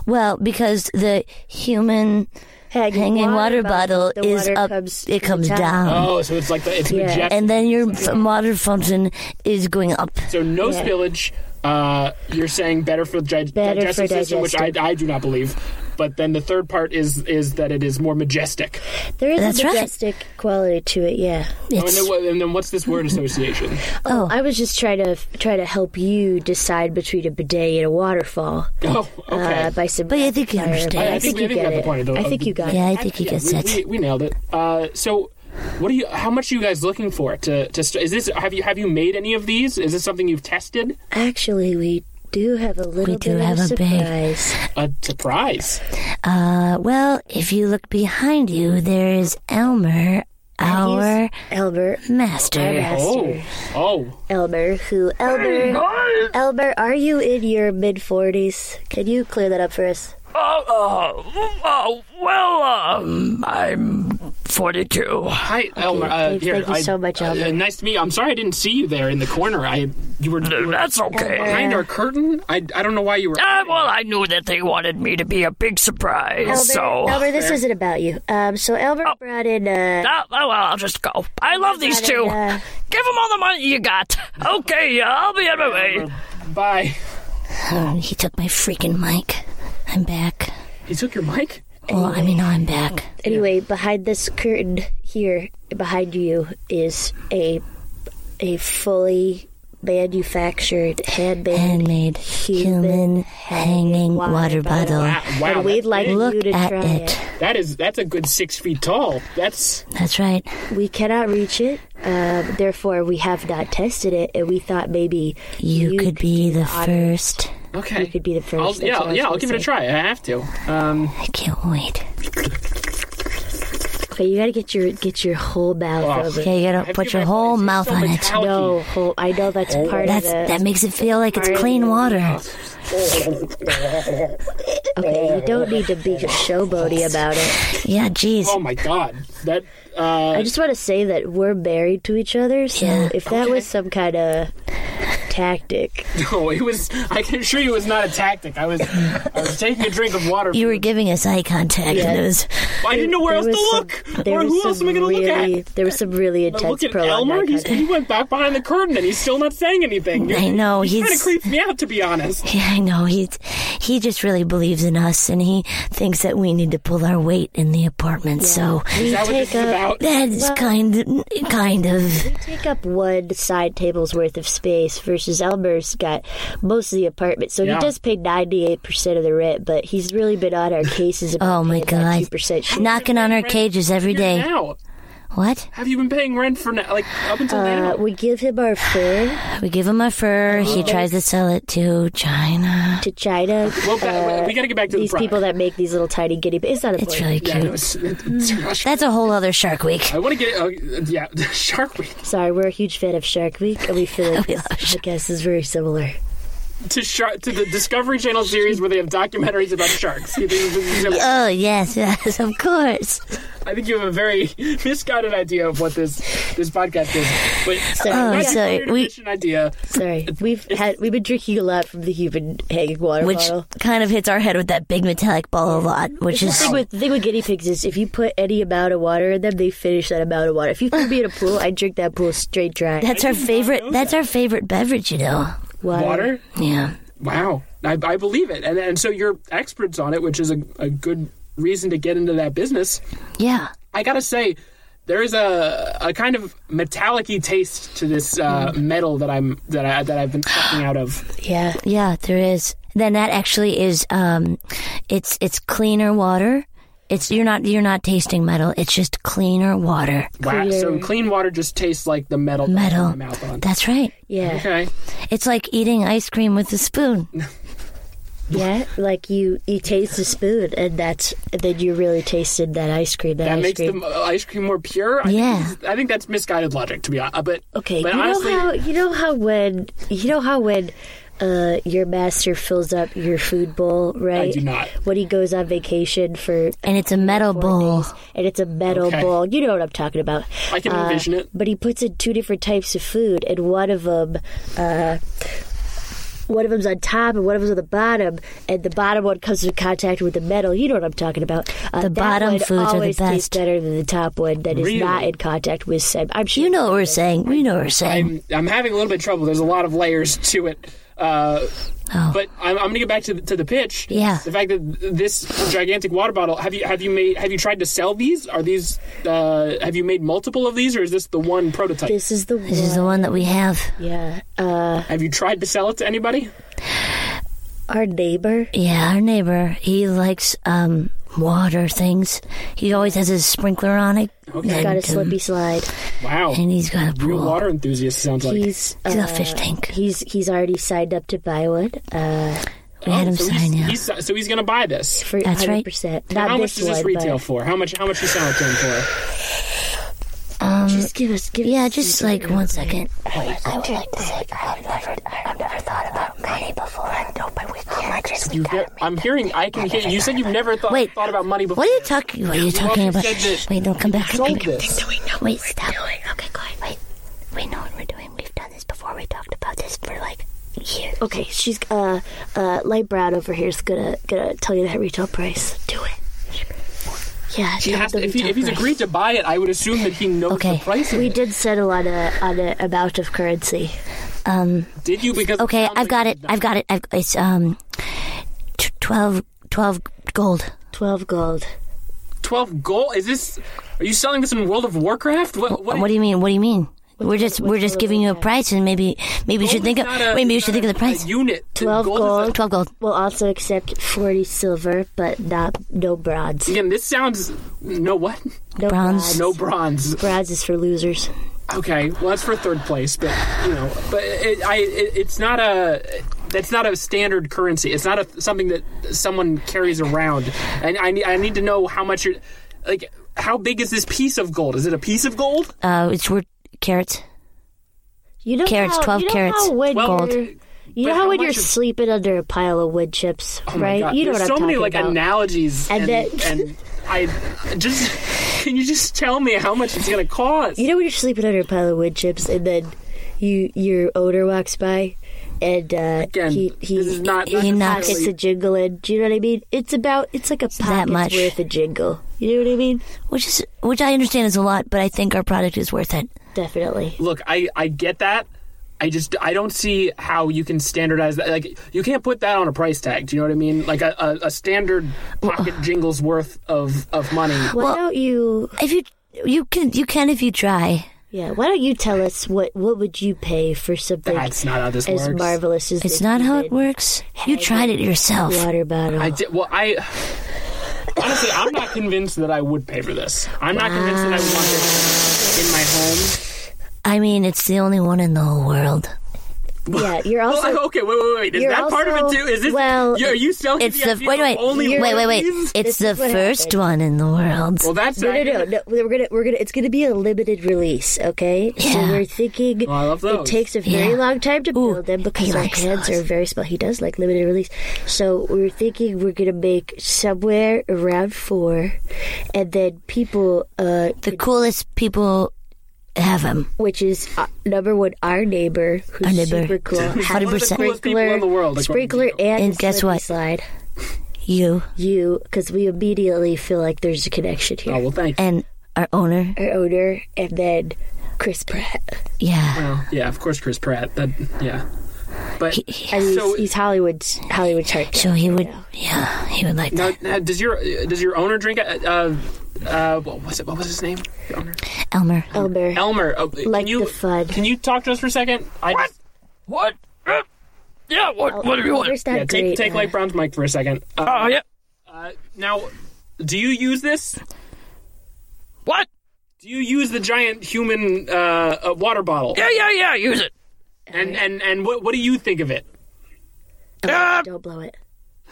Speaker 3: Well, because the human hanging water, bottle
Speaker 4: the
Speaker 3: is
Speaker 4: water
Speaker 3: up,
Speaker 4: comes
Speaker 3: it
Speaker 4: to
Speaker 3: comes
Speaker 4: the top.
Speaker 3: down.
Speaker 2: Oh, so it's like the it's
Speaker 4: Yeah.
Speaker 2: majestic.
Speaker 3: and then your f- water fountain is going up.
Speaker 2: so no
Speaker 4: Yeah.
Speaker 2: spillage. Uh, you're saying better for the
Speaker 4: Better
Speaker 2: digestive
Speaker 4: for
Speaker 2: system, which I,
Speaker 4: digestive.
Speaker 2: I do not believe. But then the third part is is that it is more majestic.
Speaker 4: There is
Speaker 3: That's
Speaker 4: a
Speaker 3: right.
Speaker 4: majestic quality to it. Yeah.
Speaker 2: Oh, and,
Speaker 3: It's
Speaker 2: then, what- and then what's this word association?
Speaker 4: Oh, I was just trying to try to help you decide between a bidet and a waterfall
Speaker 2: oh, okay.
Speaker 4: uh, by some.
Speaker 3: But I think you
Speaker 4: fire, but
Speaker 3: understand.
Speaker 4: I,
Speaker 3: I
Speaker 4: think,
Speaker 2: we- I
Speaker 4: you
Speaker 2: we
Speaker 4: get
Speaker 2: got
Speaker 4: it.
Speaker 2: the point. Of the,
Speaker 4: I
Speaker 2: of
Speaker 4: think
Speaker 2: the-
Speaker 4: you got
Speaker 3: yeah,
Speaker 4: it.
Speaker 3: I think he
Speaker 2: Yeah,
Speaker 3: gets
Speaker 2: we,
Speaker 3: it.
Speaker 2: We, we nailed it. Uh, so, what do you? How much are you guys looking for? To, to st- is this? Have you have you made any of these? Is this something you've tested?
Speaker 4: Actually, we do have a little
Speaker 3: do
Speaker 4: bit
Speaker 3: have
Speaker 4: of
Speaker 3: a big-
Speaker 4: surprise.
Speaker 2: A surprise.
Speaker 3: uh, well, if you look behind you, there is Elmer, our
Speaker 4: Elmer.
Speaker 3: master.
Speaker 2: Oh, oh,
Speaker 4: Elmer, who Elmer? Elmer, are you in your mid forties? Can you clear that up for us?
Speaker 1: oh,
Speaker 5: well, um, I'm 42.
Speaker 2: hi, Elmer. Uh,
Speaker 4: thank-
Speaker 2: here,
Speaker 4: thank you
Speaker 2: I-
Speaker 4: so much, Elmer.
Speaker 2: Uh, nice to meet. you. I'm sorry I didn't see you there in the corner. I you were, you were
Speaker 5: That's okay.
Speaker 2: behind our curtain. I, I don't know why you were.
Speaker 4: Ah!
Speaker 5: Uh, well, I knew that they wanted me to be a big surprise,
Speaker 4: Elmer,
Speaker 5: so.
Speaker 4: Elmer, this isn't about you. Um, so Elmer brought in. Uh,
Speaker 5: Oh, oh, well, I'll just go. I love these
Speaker 4: brought
Speaker 5: two.
Speaker 4: in, uh,
Speaker 5: Give them all the money you got. Okay,
Speaker 1: uh,
Speaker 5: yeah, I'll be on my way.
Speaker 2: Bye.
Speaker 3: Oh, he took my freaking mic. I'm back.
Speaker 2: He took your mic.
Speaker 3: Well, I mean, now I'm back.
Speaker 4: anyway, behind this curtain here, behind you is a a fully manufactured, handmade.
Speaker 3: Handmade human hanging water bottle.
Speaker 2: Wow, wow,
Speaker 4: and we'd
Speaker 2: that's
Speaker 4: like
Speaker 2: big.
Speaker 4: you to
Speaker 3: At
Speaker 4: try
Speaker 3: it.
Speaker 2: that is that's a good six feet tall. That's
Speaker 3: That's right.
Speaker 4: We cannot reach it, um, therefore we have not tested it, and we thought maybe
Speaker 3: You, could be the
Speaker 4: honor.
Speaker 3: first.
Speaker 2: okay.
Speaker 4: You could be the 1st
Speaker 2: I'll, yeah, yeah. I'll give it a try. I have to. Um,
Speaker 3: I can't wait.
Speaker 4: Okay, you gotta get your get your whole mouth
Speaker 2: Oh,
Speaker 4: of it.
Speaker 3: Okay, you
Speaker 2: I
Speaker 3: gotta
Speaker 2: have
Speaker 3: put
Speaker 2: given
Speaker 3: your
Speaker 2: my
Speaker 3: whole
Speaker 2: voice
Speaker 3: mouth
Speaker 2: so
Speaker 3: on it.
Speaker 2: metallic-
Speaker 4: No, whole, I know that's part
Speaker 3: That's
Speaker 4: of it.
Speaker 3: that makes it feel like it's
Speaker 4: Part of
Speaker 3: clean
Speaker 4: it.
Speaker 3: water.
Speaker 4: okay, you don't need to be just showboaty about it.
Speaker 3: Yeah, jeez.
Speaker 2: Oh my god, that uh,
Speaker 4: I just want to say that we're married to each other, so
Speaker 3: Yeah.
Speaker 4: if that was some kind of tactic,
Speaker 2: no, it Oh, was. I can assure you, it was not a tactic. I was, I was taking a drink of water.
Speaker 3: You were giving us eye contact, and it was
Speaker 2: I didn't know where else to
Speaker 4: was some-
Speaker 2: look,
Speaker 4: there
Speaker 2: or
Speaker 4: was
Speaker 2: who
Speaker 4: some
Speaker 2: else am I going to look at?
Speaker 4: really, There was some really
Speaker 2: I
Speaker 4: intense
Speaker 2: look at
Speaker 4: prologue.
Speaker 2: Elmer.
Speaker 4: that
Speaker 2: He's,
Speaker 4: kind
Speaker 2: he
Speaker 4: of-
Speaker 2: went back behind the curtain, and he's still not saying anything.
Speaker 3: I know,
Speaker 2: kind of
Speaker 3: he's-
Speaker 2: creeps me out, to be honest.
Speaker 3: Yeah, I know. He's he just really believes in us, and he thinks that we need to pull our weight in the apartment. So
Speaker 2: Is that what
Speaker 4: take
Speaker 2: this is
Speaker 4: a-
Speaker 2: about?
Speaker 3: that's
Speaker 4: Well-
Speaker 3: kind kind of.
Speaker 4: take up one side table's worth of space versus Elmer's got most of the apartment. So
Speaker 2: Yeah.
Speaker 4: he does pay 98% of the rent, but he's really been on our cases about
Speaker 3: Oh my
Speaker 4: paying that
Speaker 3: God.
Speaker 4: 2% shit.
Speaker 3: Knocking on our cages every
Speaker 2: Here
Speaker 3: day.
Speaker 2: Now,
Speaker 3: What?
Speaker 2: have you been paying rent for now? Like up until
Speaker 4: Uh,
Speaker 2: now?
Speaker 4: we give him our fur
Speaker 3: We give him our fur. He tries to sell it to China.
Speaker 4: to China.
Speaker 2: Well, ba-
Speaker 4: uh,
Speaker 2: we gotta get back to the
Speaker 4: these
Speaker 2: product.
Speaker 4: people that make these little tiny guinea pigs. It's not
Speaker 3: It's really
Speaker 4: important.
Speaker 2: Yeah,
Speaker 3: cute.
Speaker 2: no, it's- it's- gosh,
Speaker 3: That's a whole other Shark Week.
Speaker 2: I want to get. Uh, yeah, Shark Week
Speaker 4: Sorry, we're a huge fan of Shark Week, and we feel like
Speaker 3: We
Speaker 4: this
Speaker 3: love Shark-
Speaker 4: podcast is very similar.
Speaker 2: to Shark to the Discovery Channel series where they have documentaries about sharks. You think this
Speaker 4: Uh,
Speaker 2: is-
Speaker 3: Oh yes, yes, of course.
Speaker 2: I think you have a very misguided idea of what this this podcast is. But
Speaker 4: Sorry.
Speaker 3: Oh,
Speaker 2: That's
Speaker 3: sorry,
Speaker 2: a weird
Speaker 3: we-
Speaker 2: addition idea.
Speaker 4: Sorry, we've had we've been drinking a lot from the human hanging water
Speaker 3: Which
Speaker 4: bottle.
Speaker 3: kind of hits our head with that big metallic ball a lot, which
Speaker 4: The
Speaker 3: is
Speaker 4: thing with the thing with guinea pigs is if you put any amount of water in them, they finish that amount of water. If you threw me in a pool, I drink that pool straight dry.
Speaker 3: that's our favorite. That's our favorite beverage, you know.
Speaker 2: Water.
Speaker 3: Yeah.
Speaker 2: Wow, I, I believe it, and and so you're experts on it, which is a, a good reason to get into that business.
Speaker 3: Yeah.
Speaker 2: I gotta say, there is a a kind of metallic-y taste to this uh,
Speaker 4: Hmm.
Speaker 2: metal that I'm that I that I've been sucking out of.
Speaker 4: Yeah,
Speaker 3: Yeah, Uh, there is. Then that actually is um it's it's cleaner water. It's you're not you're not tasting metal. It's just cleaner water.
Speaker 2: Wow, so
Speaker 4: Clear.
Speaker 2: clean water just tastes like the metal. that I put
Speaker 3: Metal.
Speaker 2: my mouth on.
Speaker 3: That's right.
Speaker 4: yeah,
Speaker 2: Okay,
Speaker 3: It's like eating ice cream with a spoon.
Speaker 4: yeah. Like you, you taste the spoon, and that's then you really tasted that ice cream. That,
Speaker 2: that
Speaker 4: ice
Speaker 2: makes
Speaker 4: cream.
Speaker 2: the uh, ice cream more pure. I
Speaker 3: Yeah.
Speaker 2: think, this- I think that's misguided logic to be honest. But
Speaker 4: Okay,
Speaker 2: but
Speaker 4: you
Speaker 2: honestly,
Speaker 4: know how you know how when you know how when uh, your master fills up your food bowl, right?
Speaker 2: do not.
Speaker 4: When he goes on vacation for
Speaker 3: And it's a metal
Speaker 4: four
Speaker 3: bowl.
Speaker 4: days, and it's a metal
Speaker 2: Okay.
Speaker 4: bowl. You know what I'm talking about. Uh,
Speaker 2: I can envision it.
Speaker 4: But he puts in two different types of food, and one of them. Uh, one of them's on top and one of them's on the bottom, and the bottom one comes in contact with the metal. You know what I'm talking about. Uh,
Speaker 3: The
Speaker 4: that
Speaker 3: bottom
Speaker 4: one
Speaker 3: foods are the
Speaker 4: always tastes
Speaker 3: best.
Speaker 4: better than the top one that is
Speaker 2: Really?
Speaker 4: not in contact with. Seb. I'm sure
Speaker 3: You know what we're saying. We know what we're saying.
Speaker 2: I'm, I'm having a little bit of trouble. There's a lot of layers to it. Uh,
Speaker 3: Oh.
Speaker 2: But I'm, I'm going to get back to the, to the pitch.
Speaker 3: Yeah.
Speaker 2: The fact that th- this gigantic water bottle have you have you made have you tried to sell these? Are these uh, have you made multiple of these, or is this the one prototype?
Speaker 4: This is the
Speaker 3: This
Speaker 4: one.
Speaker 3: is the one that we have.
Speaker 4: Yeah. Uh,
Speaker 2: have you tried to sell it to anybody?
Speaker 4: our neighbor.
Speaker 3: Yeah, our neighbor, he likes um water things. He always has his sprinkler on it.
Speaker 2: Okay.
Speaker 4: He's got
Speaker 3: And,
Speaker 4: a
Speaker 3: um,
Speaker 4: slippy slide.
Speaker 2: Wow.
Speaker 3: And he's got a
Speaker 2: Real
Speaker 3: pool.
Speaker 2: water enthusiast sounds like.
Speaker 4: He's
Speaker 3: He's got
Speaker 4: uh,
Speaker 3: a fish tank.
Speaker 4: He's he's already signed up to buy one. Uh,
Speaker 3: We had him
Speaker 2: Oh, so
Speaker 3: sign
Speaker 2: he's,
Speaker 3: yeah.
Speaker 2: he's- so he's going to buy this.
Speaker 4: for
Speaker 3: That's right.
Speaker 4: 100%. Not
Speaker 2: And how much
Speaker 4: this
Speaker 2: does this
Speaker 4: one,
Speaker 2: retail
Speaker 4: but
Speaker 2: for? How much? How much you selling it to him for?
Speaker 4: just give us give
Speaker 3: Um, Yeah,
Speaker 4: us
Speaker 3: just
Speaker 4: some-
Speaker 3: like one second.
Speaker 6: I would like to say I've never, I've never thought about money before. I know, but we can't. Just we
Speaker 2: You
Speaker 6: gotta
Speaker 2: get, I'm hearing. I can hear. You said you've never thought
Speaker 3: Wait.
Speaker 2: thought about money before.
Speaker 3: What are you talking? What are you talking
Speaker 2: you
Speaker 3: about?
Speaker 2: said that
Speaker 3: Wait, don't come back.
Speaker 2: sold this.
Speaker 6: make- we know
Speaker 3: Wait,
Speaker 6: what we're doing. Okay, go ahead. Wait, we know what we're doing. We've done this before. We talked about this for like years.
Speaker 4: Okay, she's uh uh light brown over here is gonna gonna tell you that retail price. Do it. Yeah,
Speaker 2: He
Speaker 4: tell
Speaker 2: has
Speaker 4: the
Speaker 2: to- if, he,
Speaker 4: retail
Speaker 2: if he's
Speaker 4: price.
Speaker 2: agreed to buy it, I would assume that he knows
Speaker 3: Okay.
Speaker 2: the price. of
Speaker 4: We
Speaker 2: it.
Speaker 4: did settle on a on an amount of currency.
Speaker 2: Did you? Because
Speaker 3: um, Okay,
Speaker 2: sounds
Speaker 3: I've
Speaker 2: like
Speaker 3: got
Speaker 2: you
Speaker 3: it.
Speaker 2: did not.
Speaker 3: I've got it. I've, it's um, t- 12, 12 gold.
Speaker 4: Twelve gold.
Speaker 2: Twelve gold. Is this? Are you selling this in World of Warcraft? What? What?
Speaker 3: What do you mean? What do you mean? We're just we're just
Speaker 4: gold
Speaker 3: giving you a
Speaker 4: is
Speaker 3: price, and maybe maybe you
Speaker 2: gold
Speaker 3: should think
Speaker 2: is
Speaker 3: of
Speaker 2: not a-
Speaker 3: wait, maybe you
Speaker 2: is
Speaker 3: should
Speaker 2: not
Speaker 3: think of the
Speaker 2: a-
Speaker 3: price.
Speaker 2: A unit. The
Speaker 4: 12
Speaker 2: is a- Ah,
Speaker 4: gold.
Speaker 3: Twelve gold.
Speaker 4: We'll also accept forty silver, but not no bronze.
Speaker 2: Again, this sounds no what?
Speaker 4: No
Speaker 3: Bronze.
Speaker 2: No bronze.
Speaker 4: Bronze is for losers.
Speaker 2: Okay, well that's for third place, but you know, but it, I it, it's not a that's not a standard currency. It's not a something that someone carries around, and I need I need to know how much you're like. how big is this piece of gold? Is it a piece of gold? Oh
Speaker 3: Uh, it's worth carrots.
Speaker 4: You know
Speaker 3: Carrots,
Speaker 4: how,
Speaker 3: 12
Speaker 4: you know
Speaker 3: carrots.
Speaker 4: How when
Speaker 2: Well,
Speaker 4: you're- you
Speaker 2: but
Speaker 4: know how,
Speaker 2: how
Speaker 4: when
Speaker 2: much
Speaker 4: you're
Speaker 2: is-
Speaker 4: sleeping under a pile of wood chips,
Speaker 2: Oh my
Speaker 4: right?
Speaker 2: God.
Speaker 4: You know
Speaker 2: There's
Speaker 4: what
Speaker 2: so
Speaker 4: I'm
Speaker 2: many
Speaker 4: talking
Speaker 2: like
Speaker 4: about.
Speaker 2: analogies
Speaker 4: And
Speaker 2: and
Speaker 4: that-
Speaker 2: and I just can you just tell me how much it's gonna cost?
Speaker 4: You know when you're sleeping under a pile of wood chips and then you your owner walks by and uh,
Speaker 2: Again,
Speaker 4: he he
Speaker 2: this is not
Speaker 3: he knocks-
Speaker 4: pockets a jingle in. Do you know what I mean? It's about it's like a
Speaker 3: that
Speaker 4: pocket's
Speaker 3: much.
Speaker 4: worth of jingle. You know what I mean?
Speaker 3: which is which I understand is a lot, but I think our product is worth it.
Speaker 4: Definitely.
Speaker 2: look, I, I get that. I just I don't see how you can standardize that. Like you can't put that on a price tag. Do you know what I mean? Like a, a, a standard pocket jingle's worth of of money.
Speaker 4: Why don't you?
Speaker 3: If you you can you can if you try.
Speaker 4: Yeah. Why don't you tell us what what would you pay for something
Speaker 2: That's not how this
Speaker 4: as
Speaker 2: works.
Speaker 4: marvelous as
Speaker 3: It's
Speaker 4: the
Speaker 3: not how it
Speaker 4: human
Speaker 3: works. You tried it yourself.
Speaker 4: Water bottle.
Speaker 2: I did, well, I honestly I'm not convinced that I would pay for this. I'm not convinced that I would want this in my home.
Speaker 3: I mean, it's the only one in the whole world.
Speaker 4: yeah. You're also
Speaker 2: Well, I- okay, wait, wait, wait. Is
Speaker 4: you're
Speaker 2: that part of it
Speaker 4: also-
Speaker 2: too? Is this?
Speaker 4: well,
Speaker 2: you- are you selling
Speaker 3: It's
Speaker 2: the,
Speaker 3: the
Speaker 2: idea of
Speaker 3: wait wait
Speaker 2: only
Speaker 3: wait
Speaker 2: one
Speaker 3: wait
Speaker 2: of
Speaker 3: wait.
Speaker 2: these?
Speaker 3: It's
Speaker 4: This is
Speaker 3: the
Speaker 4: what
Speaker 3: first
Speaker 4: happened.
Speaker 3: one in the world.
Speaker 2: Well, that's
Speaker 4: No, no, no, no. We're gonna, we're gonna. It's gonna be a limited release, okay? So
Speaker 3: Yeah.
Speaker 4: we're thinking
Speaker 2: Oh, I love
Speaker 4: it
Speaker 2: those.
Speaker 4: takes a very
Speaker 3: Yeah.
Speaker 4: long time to build
Speaker 3: Ooh,
Speaker 4: them because
Speaker 3: he
Speaker 4: our
Speaker 3: likes
Speaker 4: hands
Speaker 3: those.
Speaker 4: are very small. He does like limited release, so we're thinking we're gonna make somewhere around four, and then people, uh,
Speaker 3: the coolest people have them.
Speaker 4: which is uh, number one, our neighbor who's
Speaker 3: Our neighbor.
Speaker 4: super cool,
Speaker 2: One of the
Speaker 3: 100%.
Speaker 2: coolest people in the world. according to
Speaker 4: sprinkler,
Speaker 2: you.
Speaker 4: and,
Speaker 3: And
Speaker 4: the
Speaker 3: guess
Speaker 4: slippery
Speaker 3: what?
Speaker 4: Slide
Speaker 3: You
Speaker 4: you because we immediately feel like there's a connection here.
Speaker 2: Oh well, thank you.
Speaker 3: and our owner.
Speaker 4: Our owner, and then Chris Pratt.
Speaker 3: Yeah.
Speaker 2: Well, yeah, of course, Chris Pratt. That yeah, but
Speaker 4: I mean,
Speaker 2: So-
Speaker 4: he's, he's Hollywood's Hollywood's heart.
Speaker 3: So he would. Yeah, he would like
Speaker 2: now,
Speaker 3: that.
Speaker 2: now, does your uh, does your owner drink? Uh, uh, uh, what was it? What was his name? Your owner?
Speaker 3: Elmer.
Speaker 4: Elmer.
Speaker 2: Elmer. Oh,
Speaker 4: Like
Speaker 2: can you
Speaker 4: the fud.
Speaker 2: can you talk to us for a second? I what? Just,
Speaker 1: What? Uh, yeah,
Speaker 4: Oh.
Speaker 1: what, what do you want?
Speaker 4: Elmer's not
Speaker 2: yeah,
Speaker 4: great.
Speaker 2: take take
Speaker 4: uh,
Speaker 2: Lake Brown's mic for a second. Uh,
Speaker 1: Oh, yeah.
Speaker 2: uh, now, do you use this?
Speaker 1: What?
Speaker 2: Do you use the giant human uh, uh, water bottle?
Speaker 1: Yeah, yeah, yeah, use it.
Speaker 2: And and and what what do you think of it?
Speaker 1: Uh,
Speaker 4: don't blow it,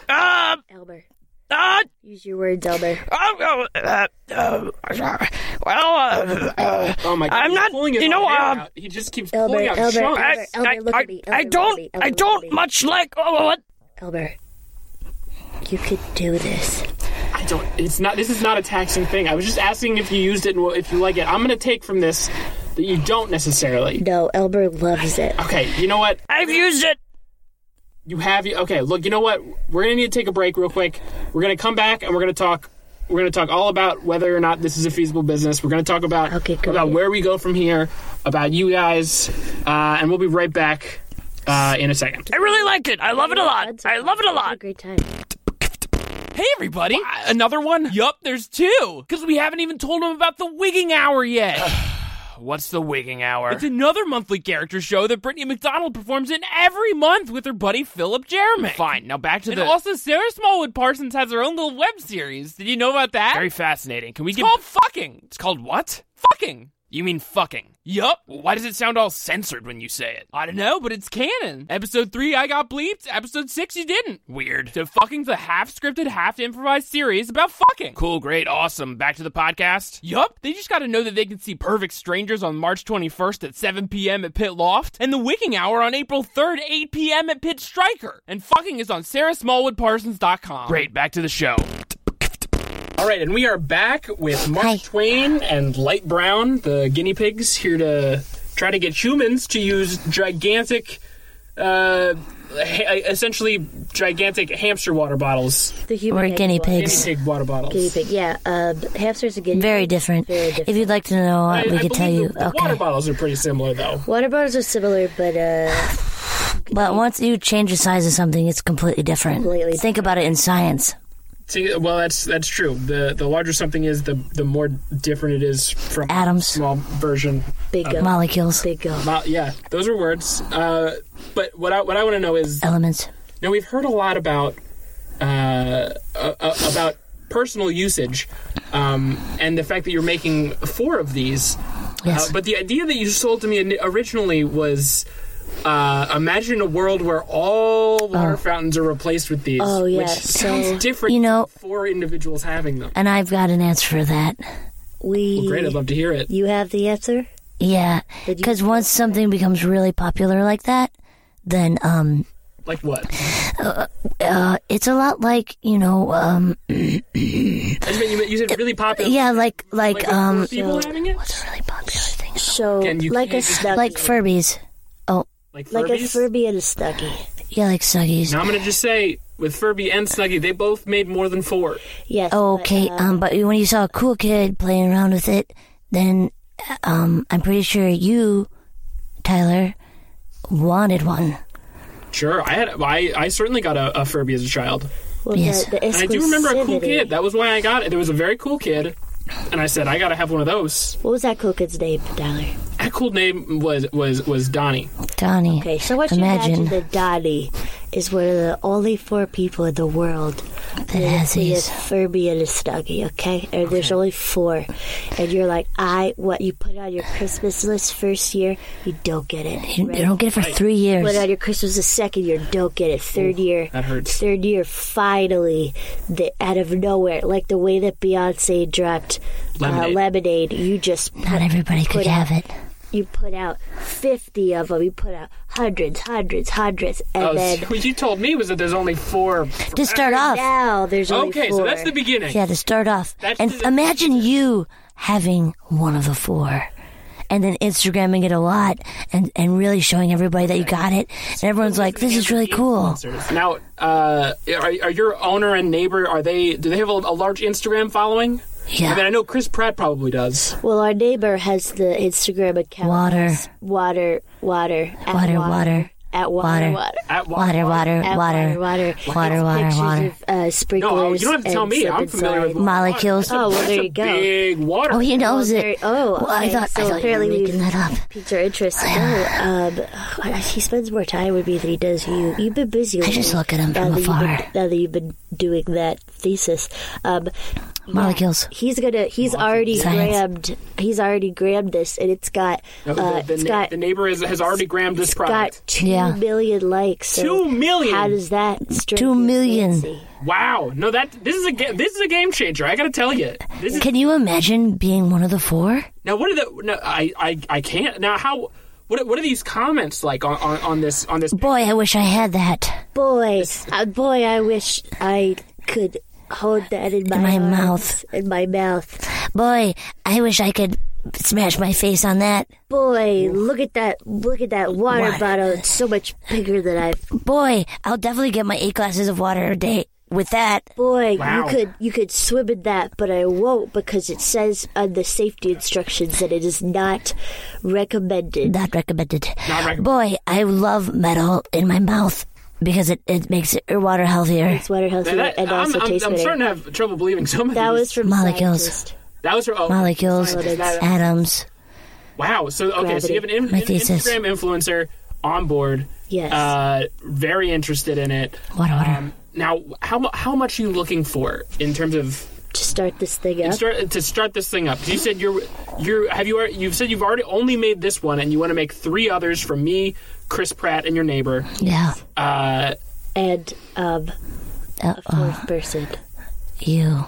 Speaker 1: uh,
Speaker 4: Elmer.
Speaker 1: uh,
Speaker 4: Use your words, Elmer.
Speaker 5: Oh,
Speaker 1: uh, uh, uh, uh, well, uh, uh,
Speaker 2: Oh my god!
Speaker 1: I'm
Speaker 2: he's
Speaker 1: not-
Speaker 2: Pulling his
Speaker 1: you know,
Speaker 2: own hair
Speaker 1: um,
Speaker 2: out. He just keeps
Speaker 4: Elmer,
Speaker 2: pulling out
Speaker 4: Elmer,
Speaker 2: chunks.
Speaker 1: I,
Speaker 4: Elmer,
Speaker 1: I,
Speaker 4: look
Speaker 1: I,
Speaker 4: at me,
Speaker 1: I
Speaker 4: Elmer, look at me,
Speaker 1: don't,
Speaker 4: Elmer,
Speaker 1: I
Speaker 4: look at
Speaker 1: don't
Speaker 4: me.
Speaker 1: much like. Oh, what?
Speaker 4: Elmer, you could do this.
Speaker 2: I don't. It's not. This is not a taxing thing. I was just asking if you used it and wh- if you like it. I'm gonna take from this that you don't necessarily.
Speaker 4: No, Elmer loves it.
Speaker 2: Okay. You know what?
Speaker 1: I've used it.
Speaker 2: You have. you. Okay. Look. You know what? We're gonna need to take a break real quick. We're gonna come back and we're gonna talk. We're gonna talk all about whether or not this is a feasible business. We're gonna talk about
Speaker 4: Okay, great.
Speaker 2: about where we go from here, about you guys, uh, and we'll be right back uh, in a second.
Speaker 1: I really like it. I love it a lot. I love it a
Speaker 4: Have a
Speaker 1: lot.
Speaker 4: great time.
Speaker 5: Hey, everybody! Another one? Yup, there's two! Because we haven't even told them about the Wigging Hour yet!
Speaker 1: What's the wigging hour?
Speaker 5: it's another monthly character show that Brittany McDonald performs in every month with her buddy Philip Jeremy.
Speaker 1: Fine. Now back to
Speaker 5: And
Speaker 1: the
Speaker 5: also, Sarah Smallwood Parsons has her own little web series. Did you know about that?
Speaker 1: very fascinating. Can we
Speaker 5: it's
Speaker 1: get?
Speaker 5: called Fucking!
Speaker 1: It's called what?
Speaker 5: Fucking!
Speaker 1: You mean fucking?
Speaker 5: Yup!
Speaker 1: Why does it sound all censored when you say it?
Speaker 5: I don't know, but it's canon. Episode 3, I got bleeped. Episode 6, you didn't.
Speaker 1: Weird.
Speaker 5: So, Fucking's a half scripted, half improvised series about fucking.
Speaker 1: Cool. Great. Awesome. Back to the podcast.
Speaker 5: Yup, they just gotta know that they can see Perfect Strangers on March 21st at 7 p.m. at Pit Loft, and The Wicking Hour on April 3rd, 8 p.m. at Pit Striker. And fucking is on sarahsmallwoodparsons.com.
Speaker 1: Great. Back to the show.
Speaker 2: All right, and we are back with Mark
Speaker 3: Hi.
Speaker 2: Twain and Light Brown, the guinea pigs, here to try to get humans to use gigantic, uh, ha- essentially gigantic hamster water bottles,
Speaker 4: The human
Speaker 3: Or
Speaker 4: egg
Speaker 3: guinea
Speaker 4: one.
Speaker 2: guinea
Speaker 3: pigs.
Speaker 2: pig water bottles.
Speaker 4: Guinea pig. Yeah, uh, hamsters are guinea.
Speaker 3: Very
Speaker 4: pigs.
Speaker 3: different.
Speaker 4: Very different.
Speaker 3: If you'd like to know,
Speaker 2: I-
Speaker 3: we
Speaker 2: I
Speaker 3: could tell
Speaker 2: believe
Speaker 3: you.
Speaker 2: The, the water
Speaker 3: Okay.
Speaker 2: bottles are pretty similar, though.
Speaker 4: Water bottles are similar, but uh,
Speaker 3: But once you change the size of something, it's completely different.
Speaker 4: Completely
Speaker 3: Think about it in science.
Speaker 2: See, well, that's that's true. The the larger something is, the the more different it is from
Speaker 3: Atoms.
Speaker 2: small version
Speaker 4: big gum.
Speaker 3: Molecules.
Speaker 4: Big gum.
Speaker 2: Well, yeah, those are words. Uh, but what I, what I want to know is
Speaker 3: Elements.
Speaker 2: now we've heard a lot about uh, uh, uh, about personal usage um, and the fact that you're making four of these.
Speaker 3: Yes.
Speaker 2: Uh, but the idea that you sold to me in- originally was. Uh, imagine a world where all
Speaker 3: Oh.
Speaker 2: water fountains are replaced with these.
Speaker 4: Oh, yeah,
Speaker 2: which
Speaker 4: so-
Speaker 2: sounds different.
Speaker 3: You know-
Speaker 2: from four individuals having them.
Speaker 3: And I've got an answer for that.
Speaker 4: we.
Speaker 2: Well, great. I'd love to hear it.
Speaker 4: You have the answer.
Speaker 3: Yeah,
Speaker 4: Did you-
Speaker 3: because once something becomes really popular like that, then um,
Speaker 2: Like what?
Speaker 3: uh, it's a lot like you know, um,
Speaker 2: I just mean, you, you said really popular.
Speaker 3: yeah, like like
Speaker 2: with
Speaker 3: um,
Speaker 2: people having it.
Speaker 3: what's a really popular thing?
Speaker 4: So
Speaker 2: Again, you
Speaker 4: like a
Speaker 2: can't just-
Speaker 4: Stucky,
Speaker 3: Like Furbies. Oh,
Speaker 2: Like Furbies.
Speaker 4: like a Furby and a Stucky.
Speaker 3: Yeah, like Snuggies.
Speaker 2: Now I'm gonna just say with Furby and Snuggie, they both made more than four.
Speaker 4: Yes.
Speaker 3: Okay,
Speaker 4: uh,
Speaker 3: um, but when you saw a cool kid playing around with it, then um, I'm pretty sure you, Tyler, wanted one.
Speaker 2: Sure, I had. I, I certainly got a, a Furby as a child.
Speaker 4: Well,
Speaker 3: Yes.
Speaker 4: the, the
Speaker 2: And I do remember a cool
Speaker 4: exclusivity-
Speaker 2: kid. That was why I got it. There was a very cool kid, and I said I gotta have one of those.
Speaker 4: What was that cool kid's name, Tyler?
Speaker 2: That cool name was was was Donnie.
Speaker 3: Donnie.
Speaker 4: Okay, so what you
Speaker 3: Imagine.
Speaker 4: imagine that Donnie is one of the only four people in the world
Speaker 3: That has
Speaker 4: He
Speaker 3: these.
Speaker 4: is Furby and a Snuggie, okay? And there's only four. And you're like, I, what you put on your Christmas list first year, you don't get it.
Speaker 3: You, you don't get it for three
Speaker 2: Oh
Speaker 3: years.
Speaker 4: Put on your Christmas the second year, don't get it. Third year,
Speaker 2: that hurts.
Speaker 4: Third year, finally, the, out of nowhere, like the way that Beyonce dropped
Speaker 2: Lemonade.
Speaker 4: Uh, lemonade, you just
Speaker 3: Not everybody could
Speaker 4: Put out.
Speaker 3: have it.
Speaker 4: you put out 50 of them. You put out hundreds, hundreds, hundreds. And
Speaker 2: Oh,
Speaker 4: then
Speaker 2: so what you told me was that there's only four.
Speaker 3: To start off.
Speaker 4: now there's only
Speaker 2: Okay,
Speaker 4: four.
Speaker 2: so that's the beginning.
Speaker 3: Yeah, to start off.
Speaker 2: That's
Speaker 3: And
Speaker 2: the-
Speaker 3: imagine you having one of the four. And then Instagramming it a lot and, and really showing everybody that you got it. And everyone's like, this is really cool.
Speaker 2: Now, uh, are, are your owner and neighbor? Are they? Do they have a, a large Instagram following? I mean,
Speaker 3: Yeah.
Speaker 2: I know Chris Pratt probably does.
Speaker 4: Well, our neighbor has the Instagram account.
Speaker 3: Water.
Speaker 4: It's Water, water, at
Speaker 3: Water, water.
Speaker 4: At
Speaker 3: Water.
Speaker 4: water, water.
Speaker 2: At Wa-
Speaker 3: Water, water,
Speaker 4: At
Speaker 3: water.
Speaker 4: water,
Speaker 3: Water,
Speaker 4: It's
Speaker 3: water,
Speaker 4: pictures
Speaker 3: water.
Speaker 4: Of, uh, sprinklers.
Speaker 2: No, you don't have to tell
Speaker 4: and
Speaker 2: me.
Speaker 4: stuff
Speaker 2: I'm familiar with
Speaker 4: inside.
Speaker 3: Molecules.
Speaker 2: Water.
Speaker 4: Oh, well,
Speaker 2: That's
Speaker 4: there
Speaker 2: a
Speaker 4: you go.
Speaker 2: Big water.
Speaker 3: Oh, he knows
Speaker 4: Oh,
Speaker 3: it.
Speaker 4: very- oh,
Speaker 3: Well, I
Speaker 4: okay,
Speaker 3: thought, I thought
Speaker 4: so
Speaker 3: you were
Speaker 4: apparently
Speaker 3: making
Speaker 4: we've-
Speaker 3: that up.
Speaker 4: Piqued our interest. No, um, he spends more time with me than he does you. You've been busy.
Speaker 3: I just look at him from
Speaker 4: that you've
Speaker 3: afar.
Speaker 4: been- now that you've been doing that thesis, um, yeah,
Speaker 3: Molecules.
Speaker 4: he's gonna. He's already
Speaker 3: Science.
Speaker 4: grabbed. He's already grabbed this, and it's got.
Speaker 2: No,
Speaker 4: uh,
Speaker 2: the, the,
Speaker 4: it's
Speaker 2: na-
Speaker 4: got.
Speaker 2: the neighbor is, has already grammed this
Speaker 4: it's
Speaker 2: product.
Speaker 4: got two
Speaker 3: Yeah.
Speaker 4: million likes. so
Speaker 2: Two million?
Speaker 4: How does that? strike
Speaker 3: Two
Speaker 4: your
Speaker 3: million.
Speaker 4: fancy?
Speaker 2: Wow. No, that this is a ga- this is a game changer. I got to tell you. This is
Speaker 3: Can you imagine being one of the four?
Speaker 2: now. What are the? No, I I, I can't. Now how? What are- what are these comments like on, on, on this on this?
Speaker 3: Boy, I wish I had that
Speaker 4: Boy, uh, boy, I wish I could hold that in my,
Speaker 3: in my
Speaker 4: arms,
Speaker 3: mouth.
Speaker 4: In my mouth.
Speaker 3: Boy, I wish I could smash my face on that.
Speaker 4: Boy, look at that! Look at that water
Speaker 3: Water.
Speaker 4: bottle. It's so much bigger than I.
Speaker 3: Boy, I'll definitely get my eight glasses of water a day with that.
Speaker 4: Boy,
Speaker 2: Wow.
Speaker 4: you could you could swim in that, but I won't because it says on the safety instructions that it is not recommended.
Speaker 3: Not recommended.
Speaker 2: Not recommended.
Speaker 3: Boy, I love metal in my mouth because it, it makes your water healthier.
Speaker 4: It's water healthy
Speaker 2: Now that-
Speaker 4: and also
Speaker 2: I'm, I'm, I'm
Speaker 4: tastes better.
Speaker 2: starting to have trouble believing some of
Speaker 4: that
Speaker 2: these.
Speaker 4: was from
Speaker 3: Molecules.
Speaker 4: scientist.
Speaker 2: that was her. Oh,
Speaker 3: Molecules,
Speaker 2: scientist. That-
Speaker 3: atoms.
Speaker 2: Wow. So okay. So you have an, in,
Speaker 3: My
Speaker 2: an
Speaker 3: thesis.
Speaker 2: Instagram influencer on board.
Speaker 4: Yes.
Speaker 2: Uh, very interested in it.
Speaker 3: Water, water.
Speaker 2: Um, now, how mu- how much are you looking for in terms of
Speaker 4: to start this thing
Speaker 2: to
Speaker 4: up.
Speaker 2: start to start this thing up? 'Cause You said you're you're have you already- you've said you've already only made this one, and you want to make three others from me, Chris Pratt, and your neighbor.
Speaker 3: yeah.
Speaker 2: Uh,
Speaker 4: and um,
Speaker 3: Uh,
Speaker 4: a fourth person.
Speaker 3: you.